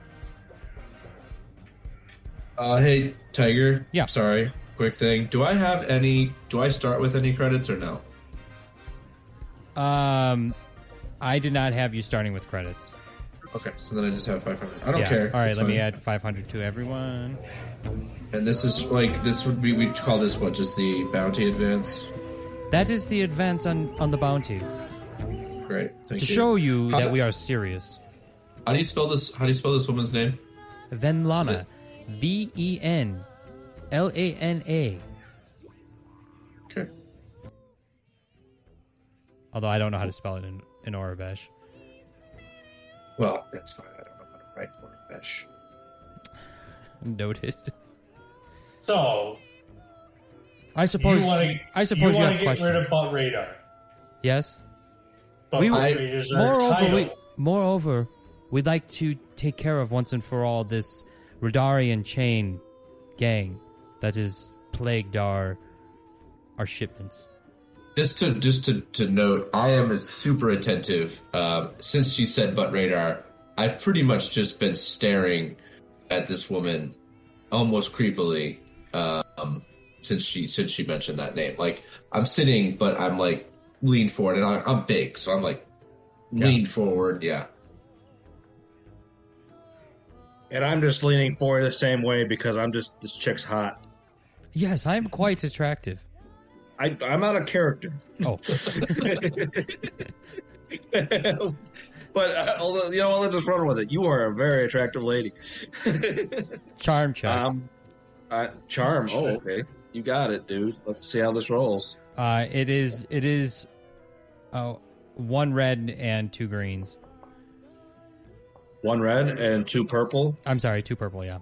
L: Uh, hey, Tiger.
E: Yeah.
L: Sorry. Quick thing. Do I have any? Do I start with any credits or no?
E: Um, I did not have you starting with credits.
L: Okay. So then I just have 500. I don't
E: yeah.
L: care.
E: All right,
L: It's
E: let me
L: fine.
E: add 500 to everyone.
L: And this is like this would be we call this what? Just the bounty advance.
E: That is the advance on, on the bounty
L: Great. Thank
E: to
L: you.
E: show you Uh-huh.
L: How
E: that
L: do-
E: we are serious.
L: How do you spell this? How do you spell this woman's name?
E: Venlana, V E N L A N A.
L: Okay.
E: Although I don't know how to spell it in in Orabesh.
L: Well, that's fine. I don't know how to write for it, Mesh.
E: Noted.
C: So
E: I suppose.
C: you want to?
E: I suppose you,
C: want
E: have
C: to get
E: questions.
C: rid of butt radar.
E: yes.
C: Butt
E: We- I-
C: radars are a
E: Moreover,
C: title.
E: we, moreover, we'd like to take care of once and for all this Radarian chain gang that has plagued our our shipments.
I: Just to just to, to note, I am super attentive. Um, since she said butt radar, I've pretty much just been staring at this woman almost creepily um, since she since she mentioned that name. Like I'm sitting, but I'm like leaned forward, and I, I'm big, so I'm like leaned forward. Yeah.
H: And I'm just leaning forward the same way because I'm just this chick's hot.
E: Yes, I am quite attractive.
H: I, I'm out of character.
E: Oh,
H: But uh, although, you know, what, let's just run with it. You are a very attractive lady.
E: charm check.
H: Um, uh, charm. Oh, okay. You got it, dude. Let's see how this rolls.
E: uh, it is. It is. Oh, one red and two greens.
H: One red and two purple.
E: I'm sorry, two purple. Yeah.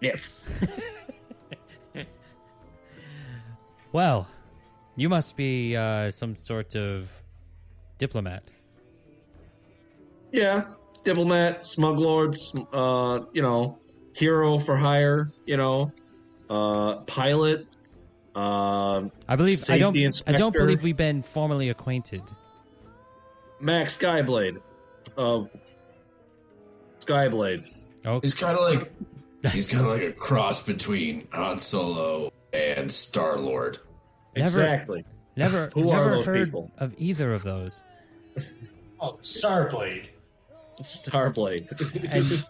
H: Yes.
E: Well, you must be uh, some sort of diplomat.
H: Yeah. Diplomat, smuggler, sm- uh, you know, hero for hire, you know, uh, pilot. Um,
E: I believe I don't. I
H: Safety
E: don't
H: inspector.
E: believe we've been formally acquainted.
H: Max Skyblade of Skyblade.
E: Oh,
I: He's kind of like he's kind of like a cross between Han Solo and Star Lord.
E: Never-
H: Exactly.
E: never.
H: Who are
E: never
H: those
E: heard
H: people?
E: of either of those.
C: Oh, Starblade.
H: Starblade.
E: And,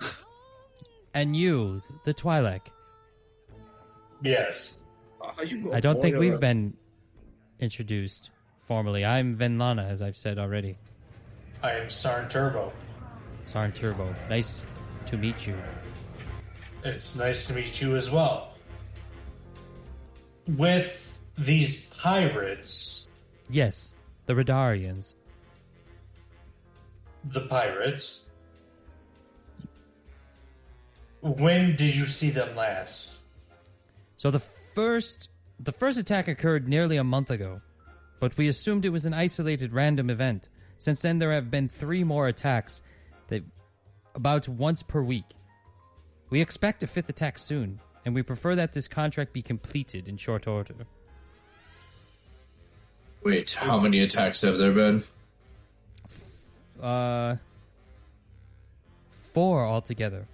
E: and you, the Twi'lek.
C: Yes.
E: I don't think we've been introduced formally. I'm Venlana, as I've said already.
C: I am Sarn Turbo.
E: Sarn Turbo. Nice to meet you.
C: It's nice to meet you as well. With these pirates,
E: Yes, the Radarians.
C: the pirates, when did you see them last?
E: So the first the first attack occurred nearly a month ago, but we assumed it was an isolated random event. Since then there have been 3 more attacks, they about once per week. We expect a fifth attack soon, and we prefer that this contract be completed in short order.
I: Wait, how many attacks have there been?
E: Uh four altogether.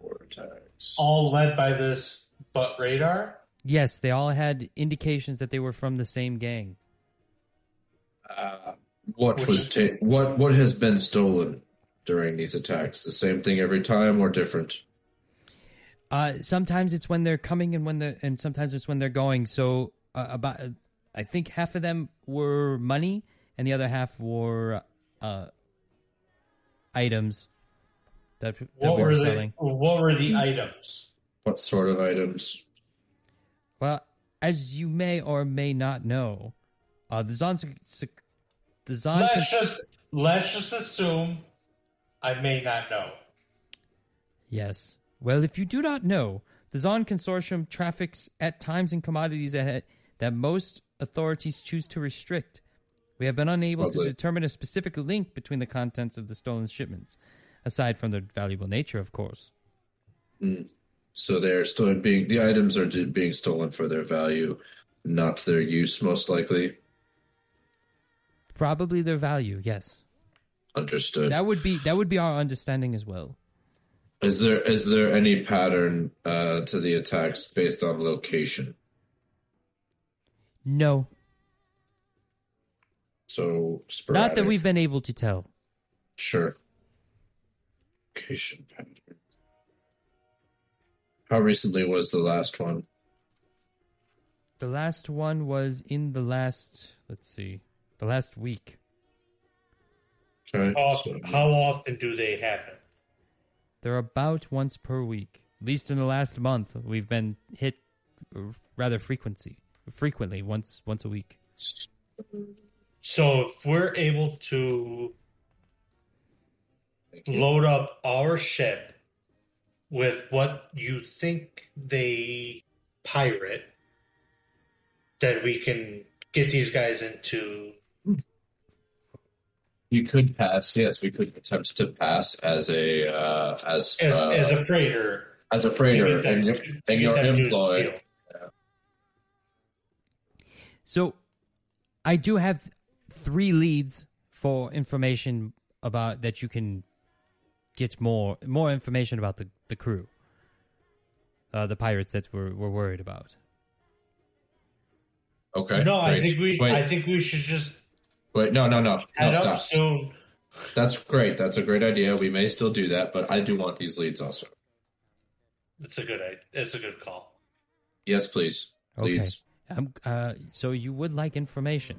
I: Four attacks.
C: All led by this butt radar?
E: Yes, they all had indications that they were from the same gang.
I: Uh, what was ta- what what has been stolen during these attacks? The same thing every time or different?
E: Uh, sometimes it's when they're coming and when they're and sometimes it's when they're going. So uh, about uh, I think half of them were money and the other half were uh, items that, that
C: What
E: we were
C: were the
E: selling.
C: what were the items?
I: What sort of items?
E: Well, as you may or may not know, uh, the Zon the Zon
C: Let's just let's just assume I may not know.
E: Yes. Well, if you do not know, the Zon Consortium traffics at times in commodities that, that most authorities choose to restrict. We have been unable to
I: Lovely.
E: determine a specific link between the contents of the stolen shipments, aside from their valuable nature, of course.
I: So they're still being the items are ju- being stolen for their value, not their use, most likely.
E: Probably their value, yes.
I: Understood.
E: That would be that would be our understanding as well.
I: Is there is there any pattern uh, to the attacks based on location?
E: No,
I: So sporadic.
E: not that we've been able to tell.
I: sure location pattern. How recently was the last one?
E: The last one was in the last, let's see, the last week.
I: Okay.
C: How
I: so-
C: often, Uh, how often do they happen?
E: They're about once per week. At least in the last month, we've been hit uh, rather frequency, frequently once once a week.
C: So if we're able to load up our ship with what you think they pirate, then we can get these guys into.
I: You could pass. Yes, we could attempt to pass as a uh, as
C: As,
I: uh,
C: as a freighter,
L: as a
C: You
L: prayer
C: need that-
L: and, your-
C: you
L: and
C: need
L: your
C: that juice
L: employ.
C: deal.
E: So I do have three leads for information about that you can get more more information about the, the crew. Uh, the pirates that we're, we're worried about.
L: Okay.
C: no, I
L: great.
C: think we.
L: Wait,
C: I think we should just
L: wait, no, no, no, no,
C: head
L: stop.
C: up soon.
L: That's great. That's a great idea. We may still do that, but I do want these leads also.
C: It's a good. i- It's a good call.
L: Yes, please. Leads.
E: Okay. Um, uh, so you would like information.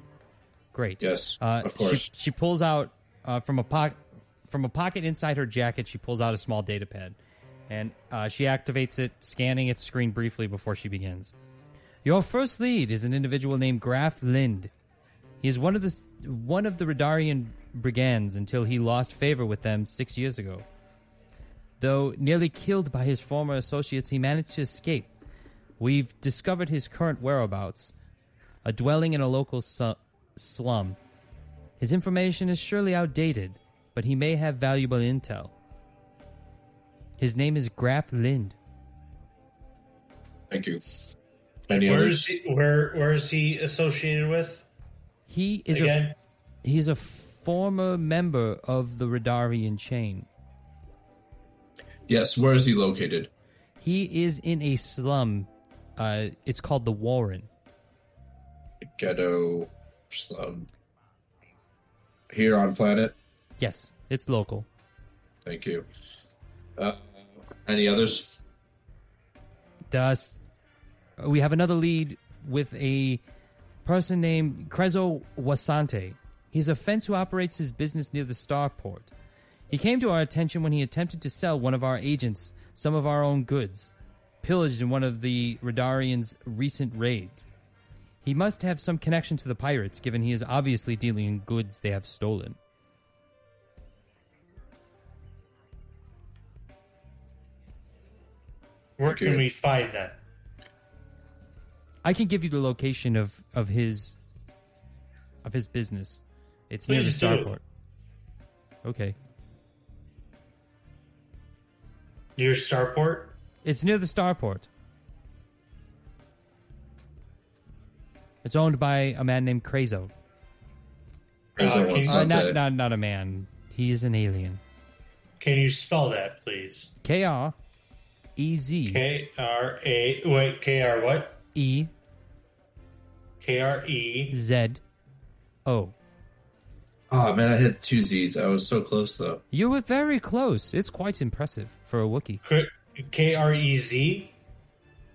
E: Great.
L: Yes,
E: Uh,
L: of course.
E: She, she pulls out uh, from a pocket from a pocket inside her jacket. She pulls out a small data pad, and uh, she activates it, scanning its screen briefly before she begins. Your first lead is an individual named Graf Lind. He is one of the one of the Redarian brigands until he lost favor with them six years ago. Though nearly killed by his former associates, he managed to escape. We've discovered his current whereabouts a dwelling in a local su- slum. His information is surely outdated, but he may have valuable intel. His name is Graf Lind.
L: Thank you. Any
C: Where
L: others?
C: is he? Where Where is he associated with?
E: He is
C: Again?
E: a he's a former member of the Radarian chain.
L: Yes. Where is he located?
E: He is in a slum. Uh, it's called the Warren.
L: Ghetto slum. Here on planet.
E: Yes, it's local.
L: Thank you. Uh, any others?
E: Thus, Uh, we have another lead with a person named Crezo Wasante. He's a fence who operates his business near the starport. He came to our attention when he attempted to sell one of our agents some of our own goods, pillaged in one of the Radarian's recent raids. He must have some connection to the pirates, given he is obviously dealing in goods they have stolen.
C: Where
L: Thank
C: can
L: you.
C: we find that?
E: I can give you the location of, of his of his business. It's near the
C: Please do.
E: starport. Okay.
C: Near Starport.
E: It's near the starport. It's owned by a man named Krazo.
L: Or is
C: Uh,
L: that
C: can
L: one
C: you-
E: Uh,
L: Sante?
E: not, not not a man. He is an alien.
C: Can you spell that, please?
E: K R E Z
C: K R A. Wait, K R what?
E: E
C: K R E.
E: Z O.
L: Oh man, I hit two Z's. I was so close though.
E: You were very close. It's quite impressive for a Wookiee.
C: K R E Z.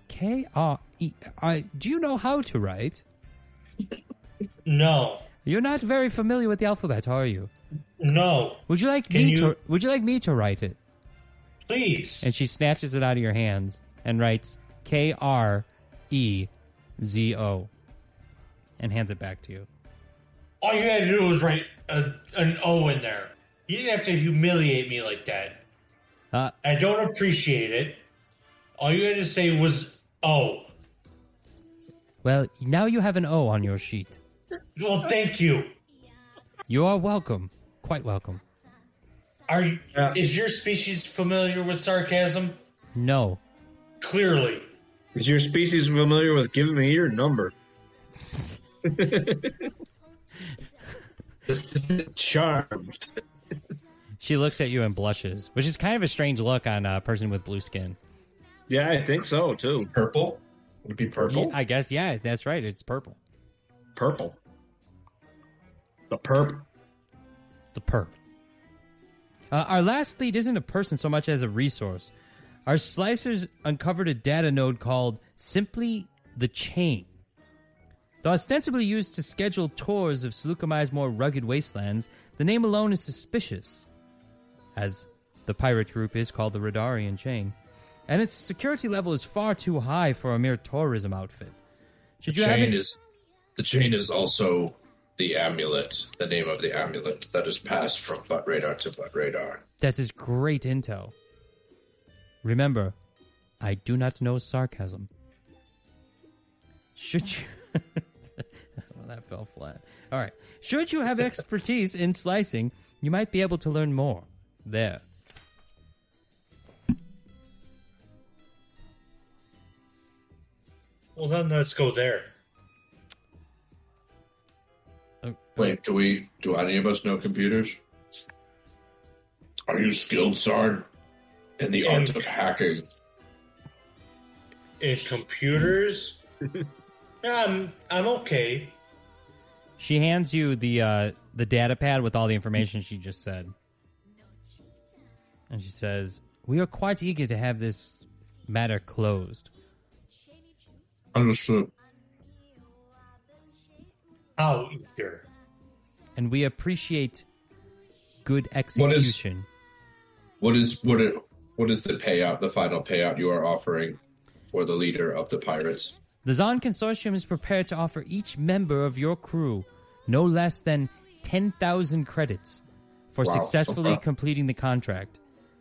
E: K R E. I- Do you know how to write?
C: No,
E: You're not very familiar with the alphabet, are you?
C: no.
E: Would you like
C: Can
E: me
C: you-
E: to? Would you like me to write it?
C: Please.
E: And she snatches it out of your hands and writes K R E Z O, and hands it back to you.
C: All you had to do was write a, an O in there. You didn't have to humiliate me like that.
E: Uh,
C: I don't appreciate it. All you had to say was O.
E: well, now you have an O on your sheet.
C: Well, thank you.
E: You are welcome, quite welcome.
C: Are you,
H: Yeah.
C: is your species familiar with sarcasm?
E: No,
C: Clearly.
H: Is your species familiar with giving me your number? Charmed.
E: she looks at you and blushes, which is kind of a strange look on a person with blue skin.
H: Yeah, I think so too.
L: Purple? Would it be purple?
E: I guess, yeah, that's right. It's purple.
H: Purple. The perp.
E: the perp. Uh, our last lead isn't a person so much as a resource. Our slicers uncovered a data node called simply the chain. Though ostensibly used to schedule tours of Seleucami's more rugged wastelands, the name alone is suspicious, as the pirate group is called the Radarian Chain, and its security level is far too high for a mere tourism outfit.
L: the
E: Should you have
L: chain
E: it-
L: is the chain is also the amulet, the name of the amulet that is passed from butt radar to butt radar.
E: That is great intel. Remember, I do not know sarcasm. Should you. well, that fell flat. All right. Should you have expertise in slicing, you might be able to learn more. There.
C: Well, then let's go there.
I: Wait, do we? Do any of us know computers? Are you skilled, Sarn, in the art of hacking?
C: In computers, yeah, I'm I'm okay.
E: She hands you the uh, the data pad with all the information she just said, and she says, "We are quite eager to have this matter closed."
I: Understood.
C: How eager?
E: and we appreciate good
I: What is-
E: execution.
I: What is what? It, what is the payout? The final payout you are offering for the leader of the pirates?
E: the Zon Consortium is prepared to offer each member of your crew no less than 10,000 credits for
I: Wow,
E: successfully
I: okay.
E: completing the contract,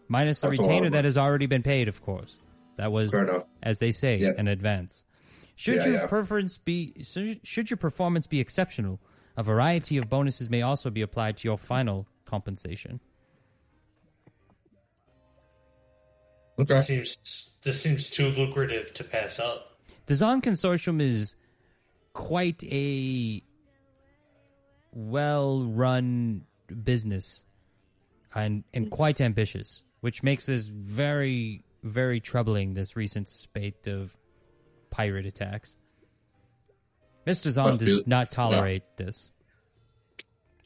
E: minus the
I: That's a lot of
E: retainer that
I: money.
E: has already been paid, of course. That was,
I: Fair enough.
E: as they say, an advance. Should
I: Yeah,
E: your
I: yeah.
E: preference be should should your performance be exceptional, a variety of bonuses may also be applied to your final compensation.
I: Okay.
C: Seems this seems too lucrative to pass up.
E: The Zon Consortium is quite a well run business and, and quite ambitious, which makes this very, very troubling this recent spate of pirate attacks. Mr. Zon
I: Must be-
E: does not tolerate this.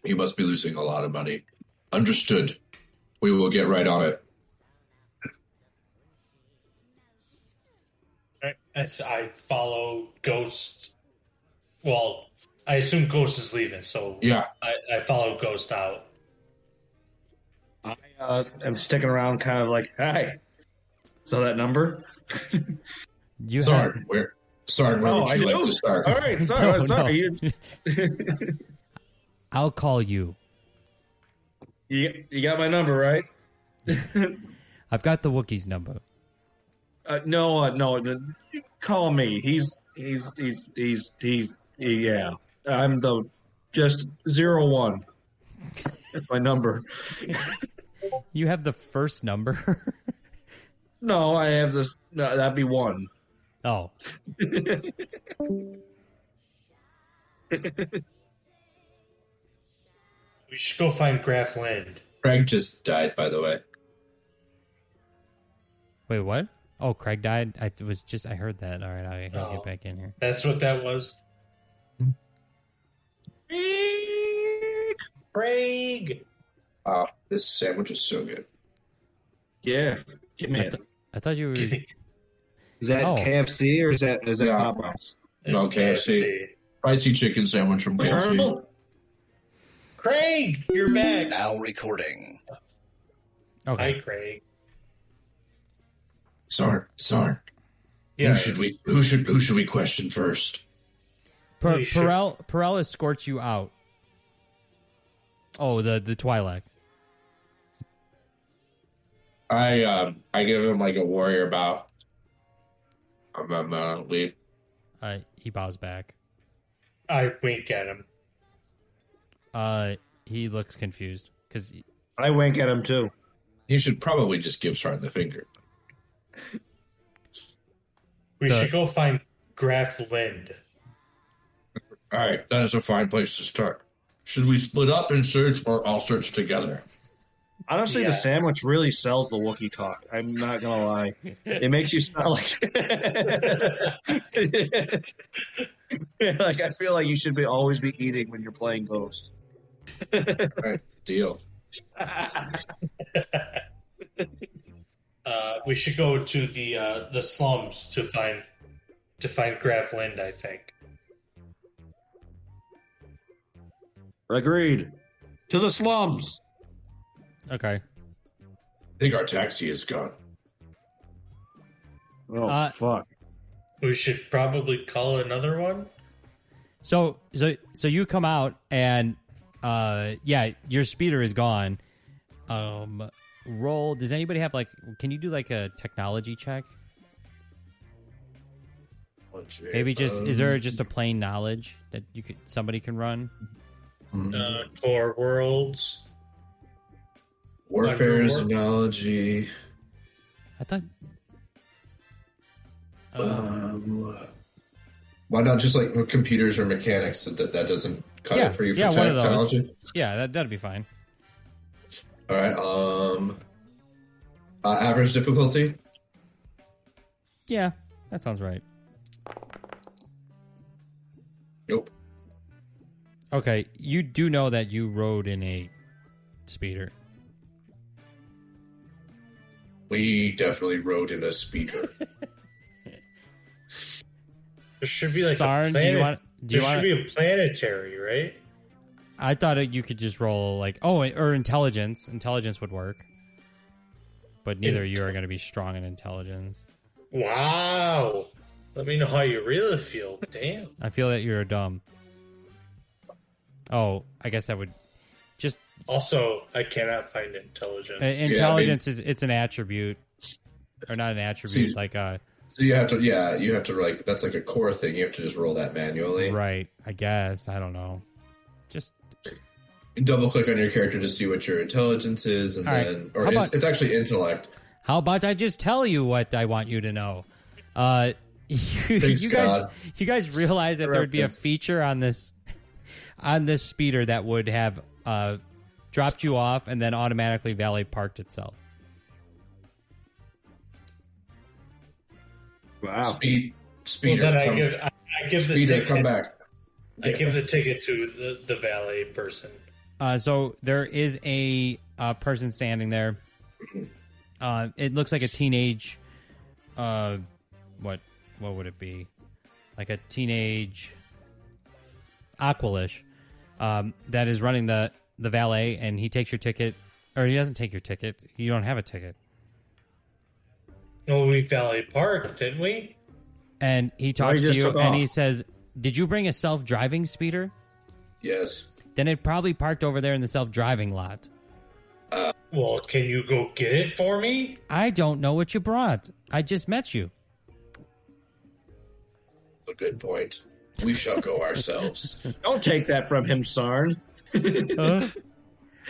I: You must be losing a lot of money. Understood. We will get right on it.
C: I, I s- I follow Ghost. Well, I assume Ghost is leaving, so
I: Yeah.
C: I, I follow Ghost out.
H: I uh, am sticking around, kind of like, hey. So that number?
E: You
I: Sarn, where? Sarn, where
H: Oh,
I: would
H: I
I: you like
H: know.
I: to start?
H: All right, sorry,
E: No, no.
H: sorry.
E: I'll call you.
H: You, you, you got my number, right?
E: I've got the Wookiee's number.
H: Uh, no, uh, no, no, call me. He's he's he's he's he's yeah. I'm the just zero one. That's my number.
E: You have the first number.
H: No, I have this. No, that'd be one.
E: oh.
C: We should go find Graphland.
I: Craig just died, by the way.
E: Wait, what? Oh, Craig died? I it was just I heard that. All right, I gotta
C: Oh.
E: get back in here.
C: That's what that was. Craig, Craig.
I: Wow, Uh, this sandwich is so good.
H: Yeah, give me
E: I,
H: it.
E: th- I thought you were.
H: Is that
E: Oh.
H: KFC or is that is that
I: Yeah.
H: Popeyes?
C: It's
I: Okay, I see.
C: KFC.
I: Spicy chicken sandwich from KFC.
H: Colonel?
C: Craig, you're back.
B: Now recording.
E: Okay.
C: Hi, Craig.
I: Sarn, Sarn.
C: Yeah,
I: Who should we? Who should? Who should we question first?
E: Per-
C: we should-
E: Perel Perel escorts you out. Oh, the the Twi'lek.
I: I um I give him like a warrior bow. I'm I'm uh, leave.
E: Uh, he bows back.
C: I wink at him.
E: Uh, he looks confused because
H: I wink at him too.
I: You should probably just give Sarn the finger.
C: We
E: The-
C: should go find Graphland.
I: All right, that is a fine place to start. Should we split up and search, or all search together?
H: Honestly,
C: Yeah.
H: the sandwich really sells the Wookiee talk. I'm not gonna lie. It makes you sound like like I feel like you should be always be eating when you're playing Ghost.
I: All right, deal.
C: Uh, we should go to the uh, the slums to find to find Graphland. I think.
H: Agreed. To the slums.
E: okay.
I: I think our taxi is gone.
H: Oh
E: Uh,
H: fuck.
C: We should probably call another one.
E: So so so you come out and uh yeah, your speeder is gone. Um, roll. Does anybody have like? Can you do like a technology check? Maybe just is there just a plain knowledge that you could somebody can run? Mm-hmm.
C: Uh, core worlds.
I: Warfare is analogy.
E: I thought.
I: Um, Why not just like computers or mechanics? That that doesn't cut
E: yeah,
I: it for you for
E: yeah, one of those.
I: technology.
E: Yeah, that that'd be fine.
I: All right. Um, uh, average difficulty.
E: Yeah, that sounds right.
I: Nope.
E: Okay, you do know that you rode in a speeder.
I: We definitely rode in a speeder.
C: There should be like
E: Sarn,
C: a
E: do you
C: planet.
E: want- do you
C: there
E: want-
C: should be a planetary, right?
E: I thought you could just roll like oh, or intelligence. Intelligence would work, but neither of you are going to be strong in intelligence.
C: Wow. Let me know how you really feel. Damn.
E: I feel that you're dumb. Oh, I guess that would just
C: Also, I cannot find intelligence.
E: uh, intelligence is it's an attribute or not an attribute like uh, a
I: So you have to, yeah, you have to like that's like a core thing. You have to just roll that manually.
E: right. I guess I don't know. Just
I: Double click on your character to see what your intelligence is, and
E: All right.
I: then or
E: How
I: it's,
E: about-
I: it's actually intellect.
E: How about I just tell you what I want you to know? Uh, you,
I: Thanks,
E: you guys,
I: God.
E: you guys realize that there would be a
I: Reference.
E: feature on this on this speeder that would have uh, dropped you off and then automatically valet parked itself.
H: Wow.
I: Speed,
C: Oh. Well,
I: speeder.
C: then I
I: come-
C: give I, I give the
I: speeder,
C: ticket.
I: come back.
C: I give the ticket to the, the valet person.
E: Uh, so there is a, uh person standing there. Uh, it looks like a teenage. Uh, what what would it be? Like a teenage Aquilish um, that is running the the valet, and he takes your ticket, or he doesn't take your ticket. You don't have a ticket,
C: No, we valet parked, didn't we?
E: and he talks
C: just
E: to you,
C: took
E: and
C: off.
E: he says, "Did you bring a self driving speeder?
I: Yes.
E: Then it probably parked over there in the self driving lot."
C: Well, can you go get it for me?
E: I don't know what you brought. I just met you.
I: A good point. We shall go ourselves.
H: Don't take that from him, Sarn.
E: Huh?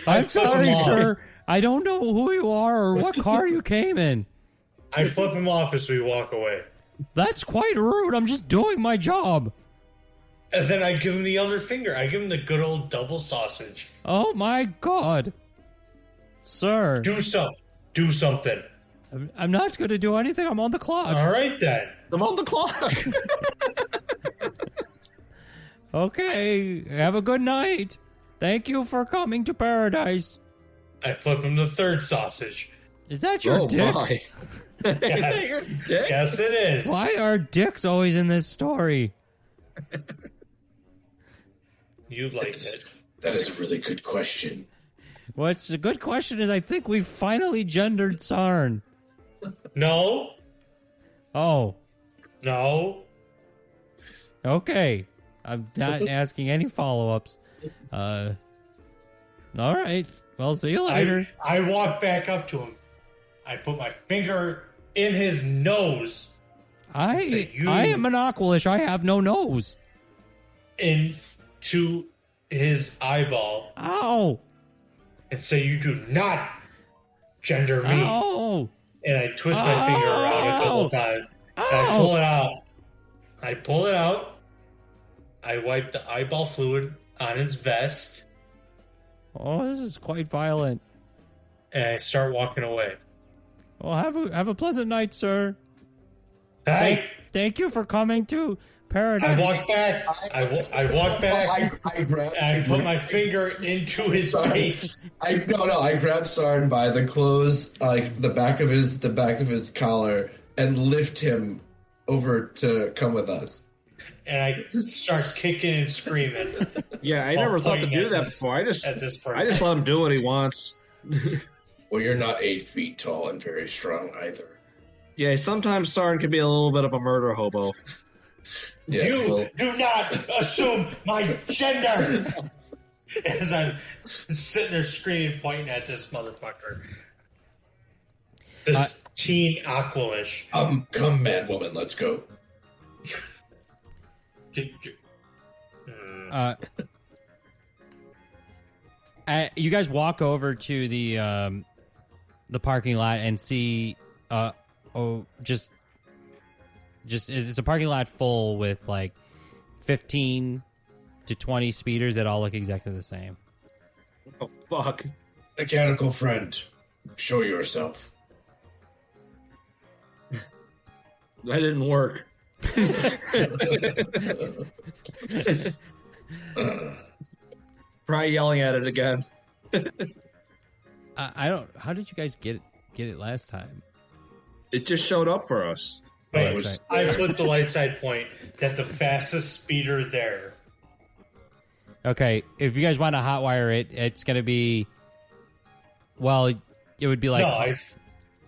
E: I'm
C: flip
E: sorry,
C: him off.
E: sir. I don't know who you are or what car you came in.
C: I flip him off as we walk away,
E: That's quite rude. I'm just doing my job.
C: and then I give him the other finger. I give him the good old double sausage.
E: Oh my god. Sir,
C: Do some, do something.
E: I'm- I'm not going to do anything. I'm on the clock.
C: All right then.
H: I'm on the clock.
E: Okay, have a good night. Thank you for coming to paradise.
C: I flip him the third sausage.
E: Is that your
H: oh
E: dick?
H: my.
C: Yes, yes, it is.
E: Why are dicks always in this story?
C: You liked it.
I: that is a really good question.
E: What's a good question is I think we finally gendered Sarn.
C: No,
E: Oh,
C: no.
E: Okay. I'm not asking any follow ups. Uh, all right. Well, see you later.
C: I, I walk back up to him. I put my finger in his nose,
E: I
C: say you-
E: I am an Aquilish. I have no nose.
C: into his eyeball,
E: Ow.
C: and say, "You do not gender me."
E: Oh. Ow.
C: And I twist my finger around a couple times. And I
E: Ow.
C: pull it out. I pull it out. I wipe the eyeball fluid on his vest,
E: Oh, this is quite violent.
C: and I start walking away.
E: Well, have a, have a pleasant night, sir.
C: Hey,
E: Thank you for coming to
C: I
E: paradise.
C: walk back. I wa- I walk
I: I,
C: back.
I: I grab.
C: And I put my finger into his face.
I: I no no. I grab Sarn by the clothes, like the back of his the back of his collar, and lift him over to come with us.
C: and I start kicking and screaming.
H: Yeah, I
C: While
H: never thought to
C: pointing Oh,
H: do
C: at
H: that
C: this-
H: before. I just,
C: at this
H: I just let him do what he wants.
I: Well, you're not eight feet tall and very strong either.
H: Yeah, sometimes Sarn can be a little bit of a murder hobo.
I: Yes,
C: you
I: well,
C: do not assume my gender. As I'm sitting there screaming, pointing at this motherfucker, this teen Aquilish.
I: um, come, man, woman, let's go.
C: J- j- Mm.
E: uh, I, you guys walk over to the um, the parking lot and see uh oh just just it's a parking lot full with like 15 to 20 speeders that all look exactly the same.
H: Oh, fuck.
I: Mechanical friend, show yourself.
H: That didn't work. Try yelling at it again.
E: I, I don't. How did you guys get it, get it last time?
H: It just showed up for us.
C: Wait,
E: Oh, that's
C: I flipped the light side point that the fastest speeder there.
E: Okay, if you guys want to hotwire it, it's going to be. Well, it would be like.
C: no, I, f-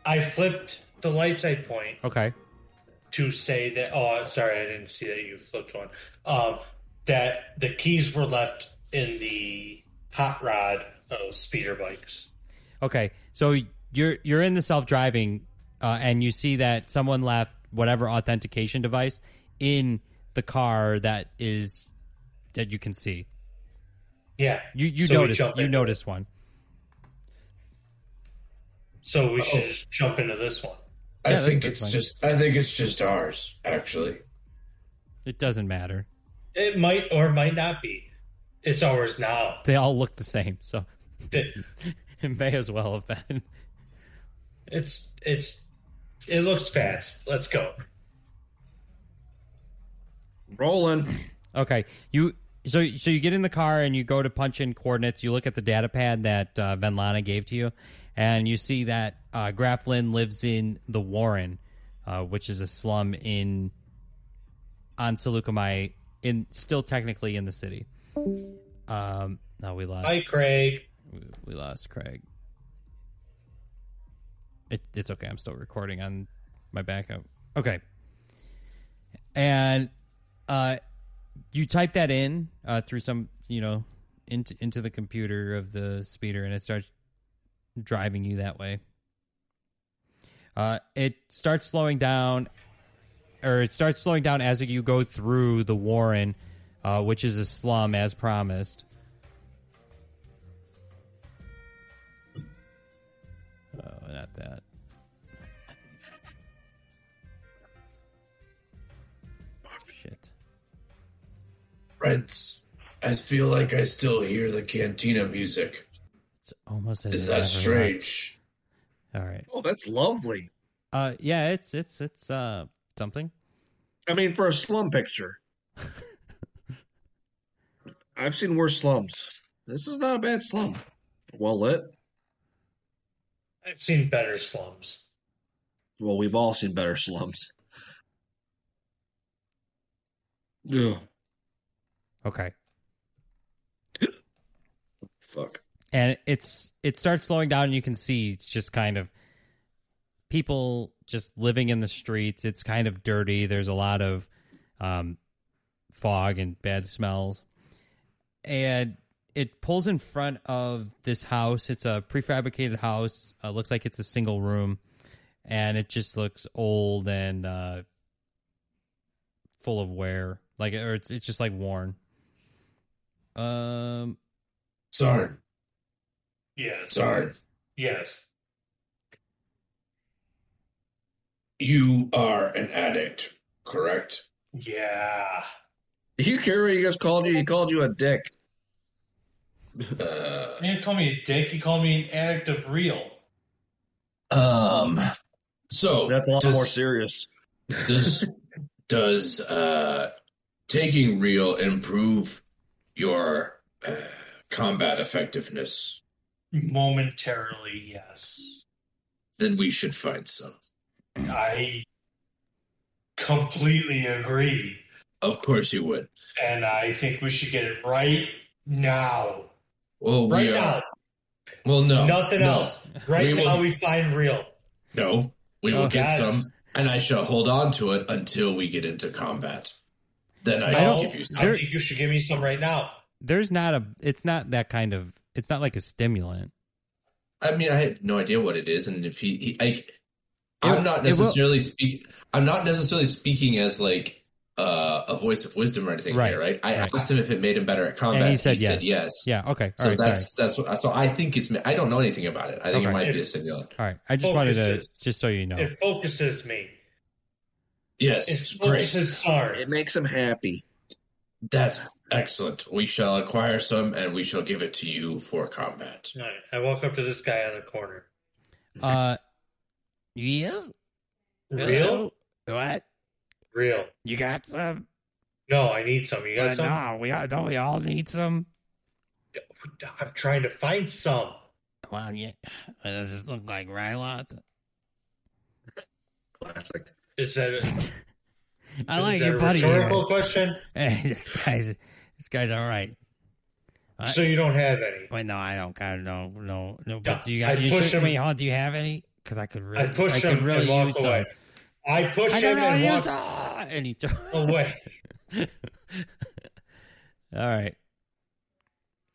C: I flipped the light side point
E: okay.
C: to say that. Oh, sorry, I didn't see that you flipped one. Um, that the keys were left in the hot rod of speeder bikes.
E: Okay, so you're you're in the self driving, uh, and you see that someone left whatever authentication device in the car that is that you can see.
C: Yeah,
E: You you
C: So we
E: notice
C: jump
E: you
C: in.
E: notice one.
C: So we should
E: Oh.
C: just jump into this one.
I: I
E: Yeah, that's-
I: think
E: that's
I: it's
E: fine.
I: just. I think it's just ours, actually.
E: It doesn't matter.
C: It might or might not be. It's ours now.
E: They all look the same, so
C: It-
E: it may as well have been.
C: It's it's it looks fast. Let's go.
H: Rolling.
E: Okay, you so so you get in the car and you go to punch in coordinates. You look at the data pad that uh, Venlana gave to you, and you see that uh, Graflin lives in the Warren, uh, which is a slum in on Seleucami, in still technically in the city. Um, no, we lost
C: Hi, Craig.
E: we lost Craig. It, it's okay. I'm still recording on my backup. Okay. And uh, you type that in uh, through some, you know, into into the computer of the speeder, and it starts driving you that way. Uh, it starts slowing down, or it starts slowing down as you go through the Warren, uh, which is a slum, as promised. Oh, not that. Shit.
I: Rents. I feel like I still hear the cantina music.
E: It's almost as
I: Is
E: if I
I: that
E: never
I: strange?
E: left. All right.
H: Oh, that's lovely.
E: Uh, yeah, it's it's it's uh something.
H: I mean, for a slum picture, I've seen worse slums. This is not a bad slum. Well lit.
C: I've seen better slums.
H: Well, we've all seen better slums. Yeah.
E: Okay.
H: Fuck.
E: and it's it starts slowing down and you can see it's just kind of people just living in the streets it's kind of dirty there's a lot of um, fog and bad smells and it pulls in front of this house it's a prefabricated house uh, looks like it's a single room and it just looks old and uh, full of wear like or it's, it's just like worn um
I: Sorry,
C: Yes.
I: sorry.
C: Yes.
I: You are an addict, correct?
C: Yeah.
H: Do you care what you guys called you? He called you a dick.
I: Uh,
C: You didn't call me a dick. You called me an addict of real.
I: um. So
H: That's a lot
I: does-
H: more serious.
I: does does uh taking real improve your uh, combat effectiveness
C: Momentarily, yes.
I: then we should find some
C: I completely agree.
I: of course you would
C: And I think we should get it right now.
I: well we
C: Right
I: are-
C: now.
I: well no
C: Nothing
I: no,
C: else. Right
I: We will-
C: now, we find real.
I: no we will
E: Oh,
I: get
C: yes.
I: some and i shall hold on to it until we get into combat then i,
C: No,
I: shall
C: I,
I: give you some
E: There-
C: think you should give me some right now.
E: there's not a it's not that kind of it's not like a stimulant
I: i mean i have no idea what it is and if he, he I,
E: It-
I: i'm not
E: it will-
I: necessarily speaking i'm not necessarily speaking as like uh, a voice of wisdom or anything
E: Right,
I: here, right? I
E: right.
I: asked him if it made him better at combat.
E: and he said yes
I: said yes.
E: yeah okay all
I: so
E: right,
I: that's that's what, so I think it's I don't know anything about it. I think
E: Okay.
I: it might be a stimulant.
E: sorry all right i
C: Oh,
E: just wanted to
C: Focuses.
E: just so you know
C: It focuses me.
I: Yes,
C: It
I: great.
C: focuses Sarn.
H: It makes him happy.
I: That's excellent. We shall acquire some and we shall give it to you for combat.
C: All right, I walk up to this guy on the corner.
E: Uh, yes.
C: Real?
N: What?
C: Real.
N: You got some?
C: No, I need some. You got
N: Uh,
C: some?
N: No, we all, don't we all need some?
C: I'm trying to find some.
N: Well, yeah. But does this look like Ryloth?
H: Classic.
C: Is that a,
N: I
C: Is
N: like
C: that
N: your
C: a
N: buddy.
C: rhetorical
N: here.
C: question?
N: Hey, this guy's this guy's all right. I-
C: so you don't have any?
N: Wait, no, I don't. I don't. No, no. But do you
C: I
N: got? You
C: push
N: should,
C: him-
N: wait, hold. Do you have any? Because I could really.
C: I push
N: could
C: him
N: really
C: and walk
N: use
C: away.
N: Some.
C: I push
N: I
C: him
N: can really
C: and
N: use
C: walk Oh,
N: some. And he throw-
C: away.
E: All right.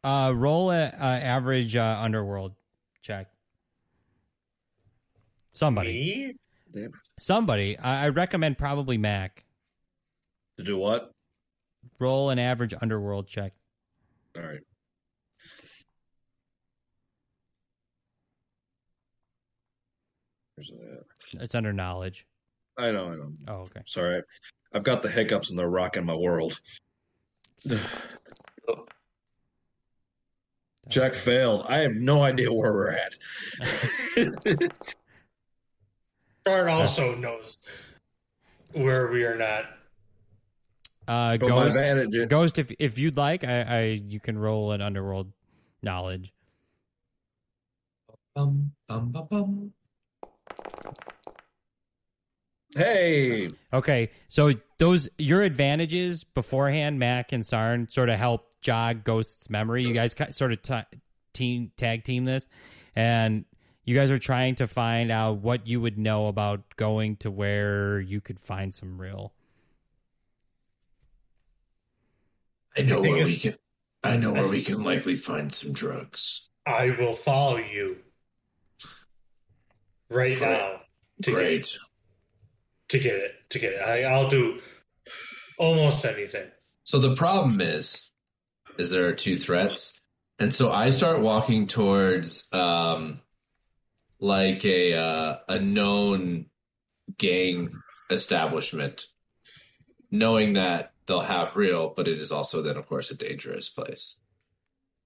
E: Uh, roll a, uh, average uh, underworld check. Somebody,
C: Me?
E: somebody. I, I recommend probably Mac.
H: To do what?
E: Roll an average underworld check.
H: All right. There's a-
E: It's under knowledge.
H: I know, I know.
E: Oh, okay.
H: Sorry. I've got the hiccups and they're rocking my world. Check failed. I have no idea where we're at.
C: Dart also knows where we are not.
E: Uh,
H: But Oh, my
E: ghost,
H: advantage-
E: ghost. If if you'd like, I, I you can roll an underworld knowledge.
L: Bum, bum, bum, bum.
H: Hey,
E: Okay, so those your advantages beforehand, Mac and Sarn, sort of help jog Ghost's memory. You guys ki- sort of t- team tag team this, and you guys are trying to find out what you would know about going to where you could find some real.
I: I know
C: I think
I: where we
C: it's-
I: can I know
C: I
I: where we
C: think-
I: can likely find some drugs.
C: I will follow you right now to
I: Great.
C: get to get it to get it. I, I'll do almost anything.
I: So the problem is, is there are two threats, and so I start walking towards um, like a uh, a known gang establishment, knowing that they'll have real, but it is also then of course a dangerous place.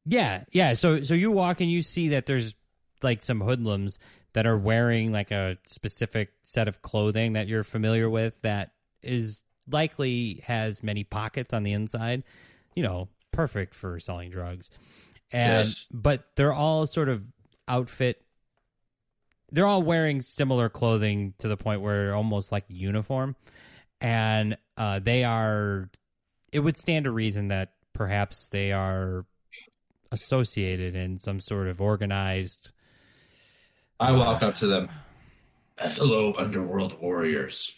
E: Yeah, yeah. So so you walk and you see that there's like some hoodlums that are wearing like a specific set of clothing that you're familiar with that is likely has many pockets on the inside. You know, perfect for selling drugs. And
I: Yes.
E: but they're all sort of outfit they're all wearing similar clothing to the point where almost like uniform and uh, they are it would stand to reason that perhaps they are associated in some sort of organized
I: I walk up to them. Hello, underworld warriors.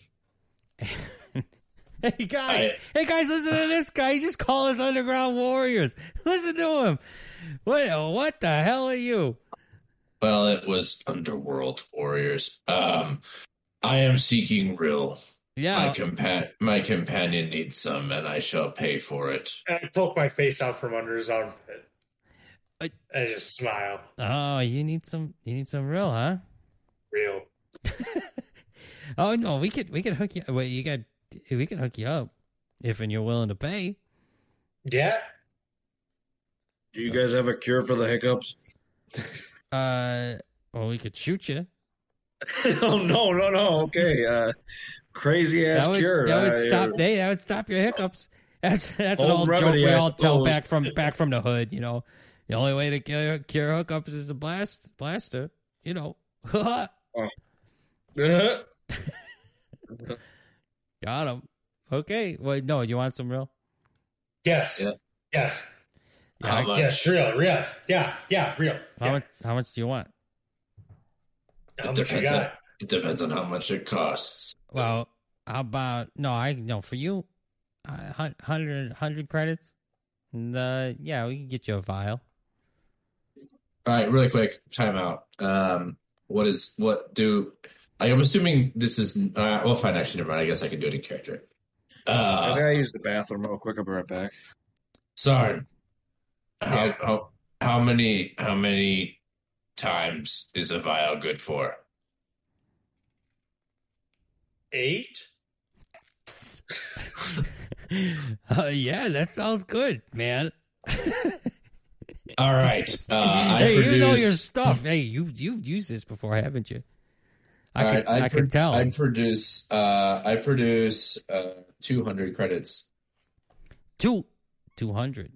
E: hey guys
I: I-
E: hey guys listen to this guy he just called us underground warriors listen to him what what the hell are you
I: Well, it was underworld warriors. Um, I am seeking real. My
E: yeah
I: compa- my companion needs some, and I shall pay for it.
C: And I poke my face out from under his armpit.
E: I-
C: I just smile.
E: oh you need some you need some real huh
C: Real.
E: oh no we could we could hook you wait you got we can hook you up if and you're willing to pay
C: Yeah.
H: do you guys have a cure for the hiccups?
E: uh well we could shoot you
H: oh no, no, no. Okay. Uh crazy ass
E: that would,
H: cure.
E: That would
H: I- uh,
E: stop. They, that would stop your hiccups. That's that's an
H: Old
E: old joke
H: remedy,
E: we
H: I
E: all tell
H: suppose.
E: back from back from the hood. You know, the only way to cure, cure hookups is to blast blaster. You know, got him. Okay. Well, no, you want some real?
C: Yes.
I: Yeah.
C: Yes.
E: Yeah, I-
I: How much?
C: Yes. Real. Real. Yeah. Yeah. Real.
E: How
C: yeah.
E: much? How much do you want?
C: How much
I: It
C: you
I: depends
C: got?
I: on- It depends on how much it costs.
E: Well, how about no? I no for you, uh, hun- hundred hundred credits. And, uh, yeah, we can get you a vial.
I: All right, really quick, time out. Um, what is what do? I am assuming this is. Uh, well, fine. Actually, never mind. I guess I can do it in character.
H: I
I: Uh,
H: gotta use the bathroom real quick. I'll be right back.
I: sorry. How, how how many how many times is a vial good for?
C: Eight.
N: Uh, yeah, that sounds good, man.
I: All right. Uh, I
N: hey, you know
I: produce-
N: your stuff. Hey, you've you've used this before, haven't you? I
I: All
N: can
I: right,
N: I, can
I: pro-
N: tell.
I: I produce. Uh, I produce uh, two hundred credits.
N: Two, two hundred.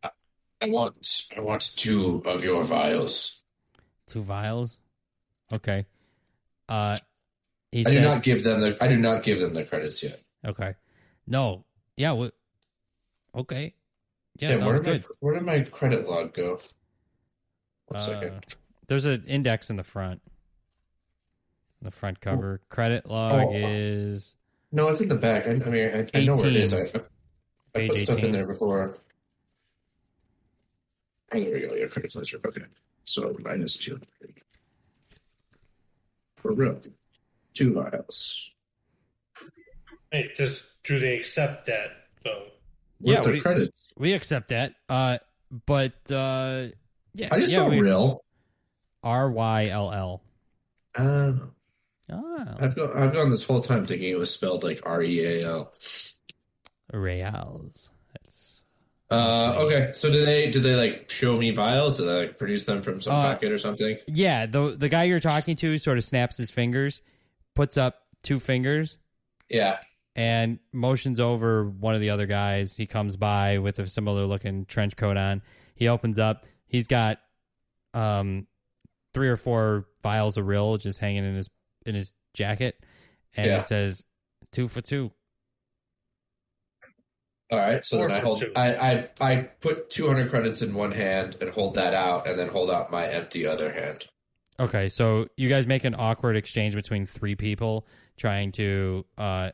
I: I want. I want two of your vials.
E: Two vials. Okay. Uh, he
I: I do not give them the. I do not give them the credits yet.
E: Okay. No. Yeah. We, okay. Yeah.
I: Damn, where
E: sounds
I: did my-
E: good.
I: where did my credit log go? One second.
E: Uh, There's an index in the front. The front cover credit log
I: Oh.
E: is
I: No, it's in the back. I, I mean, I, I know where it is. I,
E: 18.
I: I
E: Page
I: put stuff in
E: 18.
I: there before. Oh, there we go. Your credits ledger. Okay, so minus two hundred for real. Two vials.
C: Hey, just do they accept that though?
I: With
E: yeah.
I: the
E: We,
I: credits.
E: we accept that. Uh, but uh, yeah.
I: I just
E: yeah,
I: saw
E: we-
I: real.
E: R Y L L.
I: Uh,
E: Oh,
I: I've gone. I've gone this whole time thinking it was spelled like R E A L.
E: Reals. That's
I: Uh, okay, so do they do they like show me vials? Do they like produce them from some
E: Uh,
I: pocket or something?
E: yeah. The the guy you're talking to sort of snaps his fingers, puts up two fingers,
I: Yeah.
E: and motions over one of the other guys. He comes by with a similar looking trench coat on. He opens up. He's got um three or four vials of rill just hanging in his in his jacket, and
I: Yeah.
E: he says two for two.
I: All right, so
C: Or
I: then I hold.
C: two.
I: I, I I put two hundred credits in one hand and hold that out, and then hold out my empty other hand.
E: Okay, so you guys make an awkward exchange between three people trying to, uh,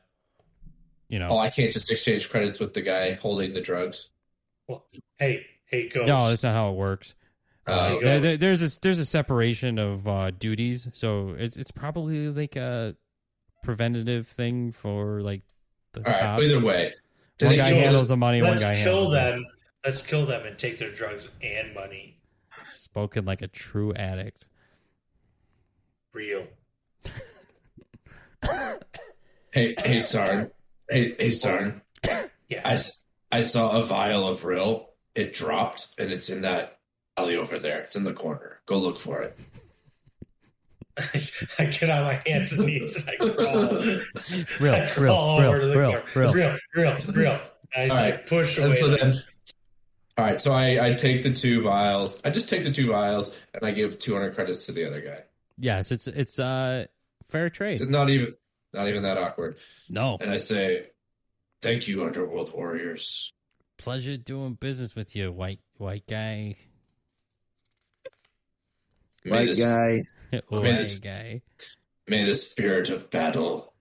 E: you know,
I: Oh, I can't just exchange credits with the guy holding the drugs.
C: Hey, hey, go.
E: no, that's not how it works.
C: Oh,
I: Uh,
E: There- there- there's a, there's a separation of uh, duties, so it's it's probably like a preventative thing for like the
I: all right.
E: cops.
I: Either way, do
E: One
I: they
E: guy
I: give us-
E: handles the money, one
C: Let's
E: guy
C: kill
E: handles it.
C: them. Let's kill them and take their drugs and money.
E: Spoken like a true addict.
C: Real.
I: Hey, hey, Sarn. Hey, hey, Sarn.
C: Yeah.
I: I, s- I saw a vial of Rill. It dropped, and it's in that alley over there. It's in the corner. Go look for it.
C: I get on my hands and knees and I crawl.
N: Real,
C: I
N: real,
C: crawl
N: real,
C: over to the
N: real,
C: car.
N: real.
C: real, real, real. I
I: All right.
C: push away.
I: And so
C: the-
I: then, all right. So I, I take the two vials. I just take the two vials, and I give two hundred credits to the other guy.
E: Yes, it's it's uh fair trade.
I: It's not even, not even that awkward.
N: No,
I: And I say, "Thank you, Underworld Warriors."
E: Pleasure doing business with you, white white guy.
I: May
O: White
I: this-
O: guy.
I: mean,
E: white
I: it's-
E: guy.
I: May the spirit of battle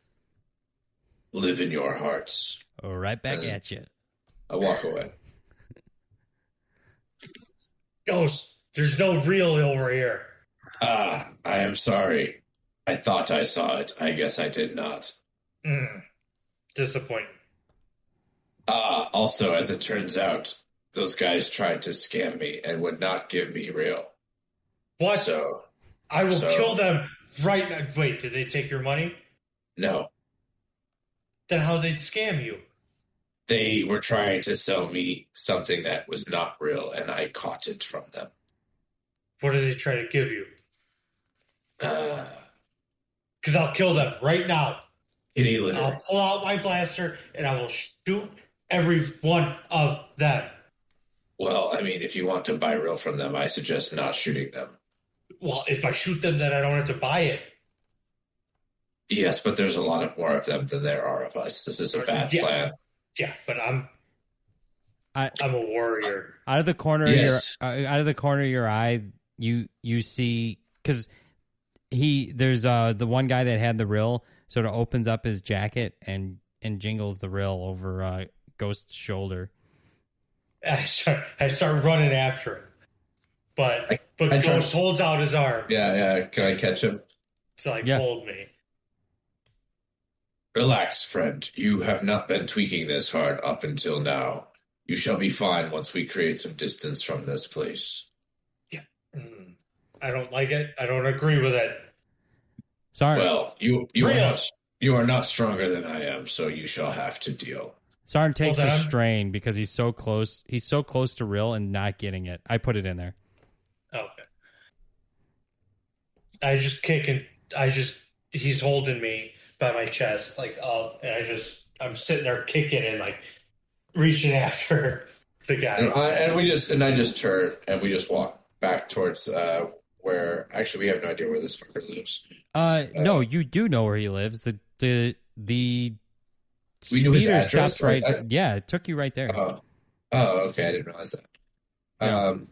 I: live in your hearts.
N: right back
I: Uh,
N: at you.
I: I walk away.
C: Ghost, there's no real over here.
I: Ah, I am sorry. I thought I saw it. I guess I did not.
C: Mm. Disappointing.
I: Ah, also, as it turns out, those guys tried to scam me and would not give me real.
C: What?
I: So,
C: I will
I: so-
C: kill them right now. Wait, did they take your money?
I: no.
C: Then how they scam you?
I: They were trying to sell me something that was not real, and I caught it from them.
C: What did they try to give you?
I: Uh,
C: Because I'll kill them right now.
I: kitty litter.
C: I'll pull out my blaster and I will shoot every one of them.
I: Well, I mean, if you want to buy real from them, I suggest not shooting them.
C: Well, if I shoot them, then I don't have to buy it.
I: Yes, but there's a lot more of them than there are of us. This is a bad
C: Yeah.
I: plan.
C: Yeah, but I'm
E: I-
C: I'm a warrior.
E: out of the corner
I: Yes.
E: of your uh, out of the corner of your eye you you see because he there's uh the one guy that had the rill sort of opens up his jacket and and jingles the rill over uh ghost's shoulder
C: I start I start running after him, but but
I: I try-
C: Ghost holds out his arm.
I: Yeah, yeah. Can I catch him?
C: It's like
E: Yeah.
C: hold me.
I: Relax, friend. You have not been tweaking this hard up until now. You shall be fine once we create some distance from this place.
C: Mm. I don't like it. I don't agree with it.
E: sorry
I: Well, you you are
C: Real.
I: not you are not stronger than I am, so you shall have to deal.
E: Sarn takes
C: Well
E: a
C: done.
E: strain because he's so close. He's so close to real and not getting it. I put it in there.
C: Okay. I just kick and I just he's holding me by my chest like up, and I just I'm sitting there kicking and like reaching after the guy.
I: And, I, and we just and I just turn and we just walk back towards uh, where actually we have no idea where this fucker lives.
E: Uh, no, you do know where he lives. The the the
I: We knew his
E: speeder
I: address?
E: stopped right.
I: Like, I-
E: yeah, it took you right there.
I: Oh, oh, okay. I didn't realize that. Um,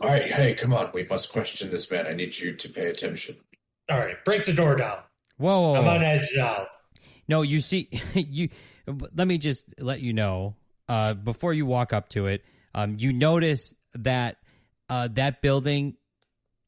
I: all right, hey, come on. We must question this man. I need you to pay attention.
C: All right, break the door down.
E: Whoa, whoa,
C: I'm
E: whoa.
C: on edge now.
E: No, you see, you. Let me just let you know. Uh, before you walk up to it, um, you notice that uh, that building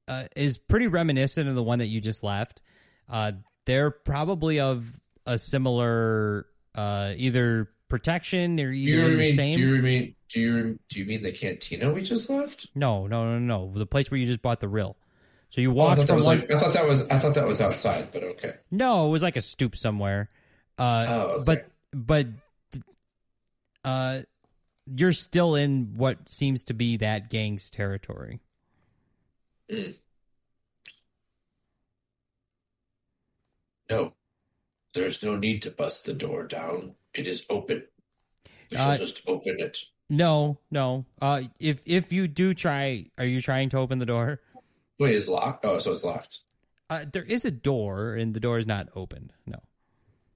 E: uh, is pretty reminiscent of the one that you just left. Uh, they're probably of a similar uh, either protection or
I: Do you,
E: either the
I: mean?
E: same.
I: Do you mean? Do you do you mean the cantina we just left?
E: No, no, no, no. The place where you just bought the rill. So you
I: Oh, I
E: walked
I: thought that
E: from
I: was
E: one.
I: like I thought that was I thought that was outside, but okay.
E: No, it was like a stoop somewhere.
I: Oh,
E: Uh, But but uh, you're still in what seems to be that gang's territory.
I: No, there's no need to bust the door down. It is open. We shall
E: Uh,
I: just open it.
E: No, no. Uh, if if you do try, are you trying to open the door?
I: Wait, it's locked. Oh, so it's locked.
E: Uh, there is a door, and the door is not opened. No,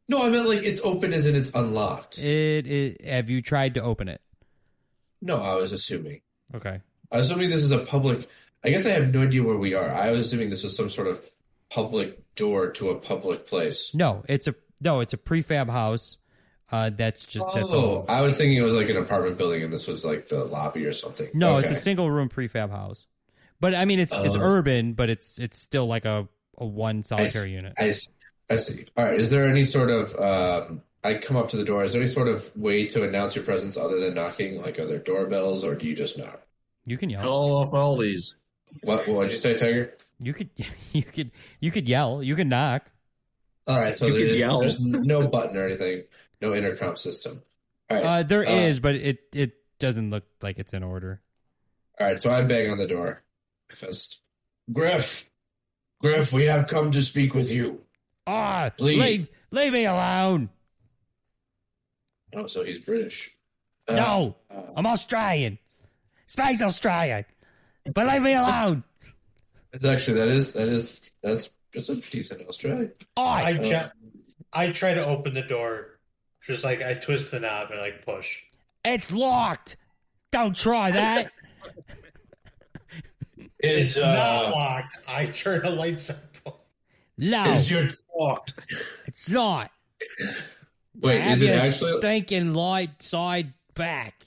I: No, I meant like it's open as in it's unlocked.
E: it is. Have you tried to open it?
I: No, I was assuming.
E: Okay.
I: I was assuming this is a public. I guess I have no idea where we are. I was assuming this was some sort of public door to a public place.
E: No, it's a no. It's a prefab house. Uh, that's just that's all.
I: Oh, I was thinking it was like an apartment building, and this was like the lobby or something.
E: No, it's
I: Okay.
E: a single room prefab house. But I mean, it's it's
I: Oh.
E: urban, but it's it's still like a, a one
I: I
E: solitary
I: see-
E: unit.
I: I see. I see. All right. Is there any sort of? Um, I come up to the door. Is there any sort of way to announce your presence other than knocking? Like, are there doorbells, or do you just knock?
E: you can yell.
H: Call off all these.
I: What What would you say, Tiger?
E: You could you could you could yell. You could knock.
I: All right. So
H: You
I: there
H: could
I: is,
H: yell.
I: there's no button or anything. No intercom system. All right.
E: Uh, there is,
I: uh,
E: but it it doesn't look like it's in order.
I: All right. So I bang on the door. Fist. Griff. Griff, we have come to speak with you.
E: Ah,
I: Please.
E: leave leave me alone.
I: Oh, so he's British. Uh,
N: no, I'm Australian. Space Australian. But leave me alone.
I: It's actually that is that is that's that's a decent Australian.
C: I
I: Uh,
C: try, I try to open the door, just like I twist the knob and like push.
N: It's locked. Don't try that.
I: Is
C: It's
I: uh,
C: not locked. I turn the lights up.
N: No,
I: is your
N: it's not.
I: wait?
N: Have
I: Is it
N: your
I: actually?
N: stinking light side back.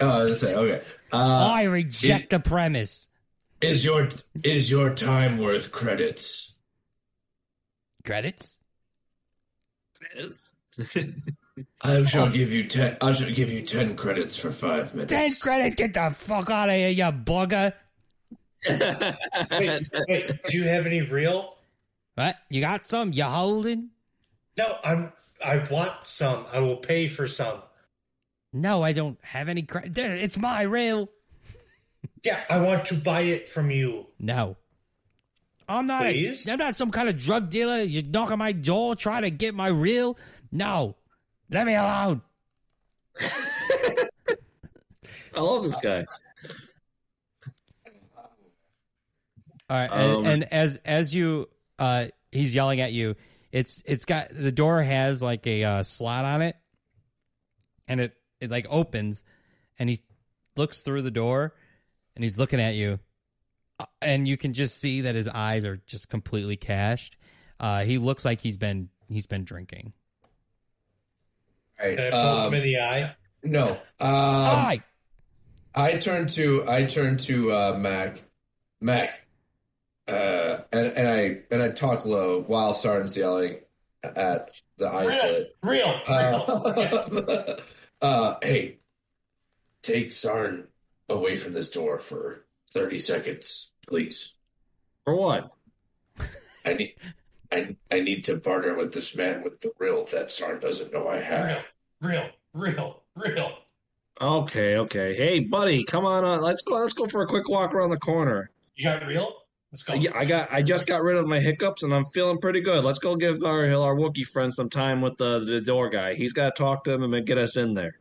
I: Oh, I was gonna say okay. Uh,
N: I reject the premise.
I: is your is your time worth credits?
N: Credits?
I: I shall give you ten. I shall give you ten credits for five minutes.
N: Ten credits, get the fuck out of here, you bugger.
C: Wait, wait, do you have any real?
N: What? You got some? You holding?
C: No, I'm. I want some. I will pay for some.
N: No, I don't have any credit. It's my real.
C: Yeah, I want to buy it from you.
N: No. I'm not a,
C: Please?
N: I'm not some kind of drug dealer. You knock on my door, try to get my real. No. Let me alone.
H: I love this guy.
E: All right, and,
H: Um,
E: and as as you uh, he's yelling at you. It's it's got the door has like a uh, slot on it, and it it like opens, and he looks through the door, and he's looking at you, Uh, and you can just see that his eyes are just completely cashed. Uh, he looks like he's been he's been drinking.
I: All right,
C: Can I poke him
I: um,
C: in the eye?
I: no. Um,
N: Aye.
I: I turn to I turn to uh, Mac, Mac, uh, and and I and I talk low while Sarn's yelling at the eyes
C: Real, real.
I: Uh, uh, hey, take Sarn away from this door for thirty seconds, please.
H: For what?
I: I need I I need to barter with this man with the rill that Sarn doesn't know I have.
C: Real, real, real.
H: Okay, okay. Hey, buddy, come on on. Let's go. Let's go for a quick walk around the corner.
C: You got real? Let's go.
H: Uh, Yeah, I got. I just got rid of my hiccups, and I'm feeling pretty good. Let's go give our our Wookiee friend some time with the the door guy. He's got to talk to him and get us in there.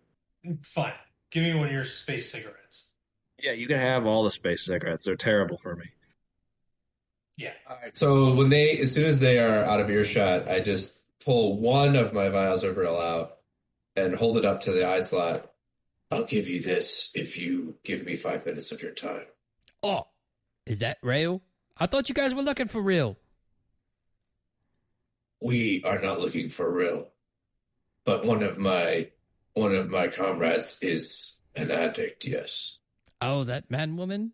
C: Fine. Give me one of your space cigarettes.
H: Yeah, you can have all the space cigarettes. They're terrible for me.
C: Yeah.
P: All right. So when they, as soon as they are out of earshot, I just pull one of my vials of real out and hold it up to the eye slot.
I: I'll give you this if you give me five minutes of your time.
E: Oh, is that real? I thought you guys were looking for real.
I: We are not looking for real, but one of my one of my comrades is an addict. Yes,
E: Oh, that man woman?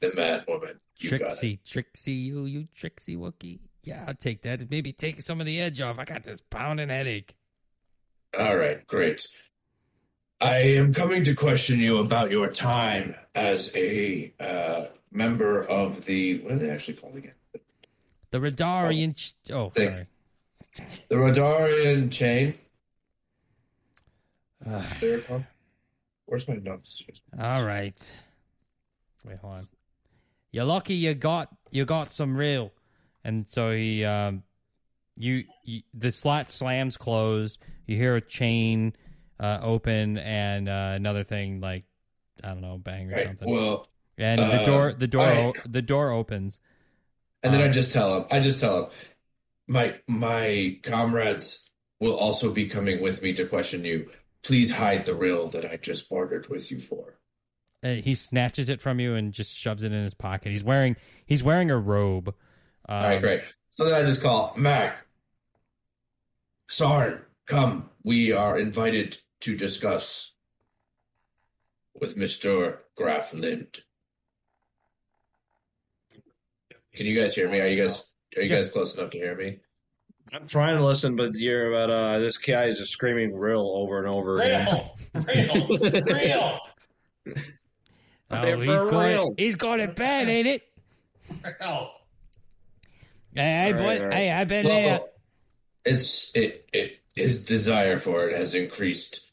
I: the mad woman. You got it.
E: Trixie, Trixie, you, you Trixie Wookie. Yeah, I'll take that. Maybe take some of the edge off. I got this pounding headache.
I: All right, great. I am coming to question you about your time as a uh, member of the. What are they actually called again?
E: The Radarian. Oh, ch- oh
I: Thank-
E: sorry.
I: The Rodarian chain.
E: There
I: it comes. Where's my notes?
E: All right. Wait, hold on. You're lucky you got you got some real, and so he, um, you, you the slot slams closed. You hear a chain uh, open and uh, another thing like I don't know, bang or
I: Right,
E: something.
I: well,
E: and the
I: uh,
E: door the door
I: I-
E: o- the door opens.
I: And then I just tell him, I just tell him, my my comrades will also be coming with me to question you. Please hide the reel that I just bartered with you for.
Q: Uh, he snatches it from you and just shoves it in his pocket. He's wearing he's wearing a robe. Um,
I: All right, great. So then I just call Mac. Sarn, come. We are invited to discuss with Mister Graf Lind.
P: Can you guys hear me? Are you guys are you
H: Yeah.
P: guys close enough to hear me?
H: I'm trying to listen, but you're about uh, this guy is just screaming "real" over and over again.
C: Real, real.
E: Oh, he's got it, he's got it bad, ain't it?
C: Real.
E: Hey, hey,
I: All
E: boy,
I: right, all right.
E: hey, I bet
I: Well,
E: there.
I: It's it it his desire for it has increased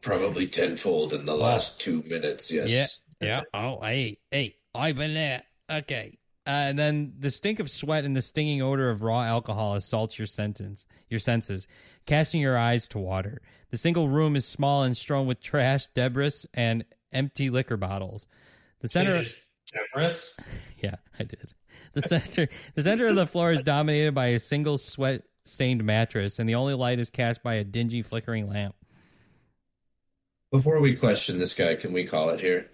I: probably tenfold in the last two minutes. Yes.
E: Yeah, yeah. Oh, hey, hey, I've been there. Okay. Uh, and then the stink of sweat and the stinging odor of raw alcohol assaults your sentence, your senses, casting your eyes to water. The single room is small and strewn with trash, debris, and empty liquor bottles. The center,
C: Generous.
Q: Yeah, I did.
E: the center, the center of the floor is dominated by a single sweat-stained mattress, and the only light is cast by a dingy, flickering lamp.
P: Before we question this guy, can we call it here?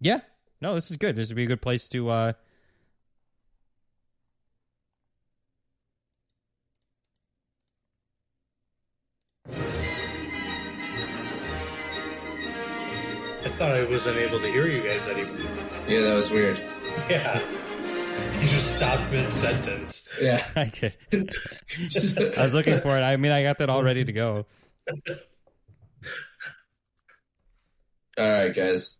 Q: Yeah. No, this is good. This would be a good place to uh
C: I thought I wasn't able to hear you guys anymore.
P: Yeah, that was weird.
C: Yeah. You just stopped mid sentence.
P: Yeah.
Q: I did. I was looking for it. I mean, I got that all ready to go.
P: All right, guys.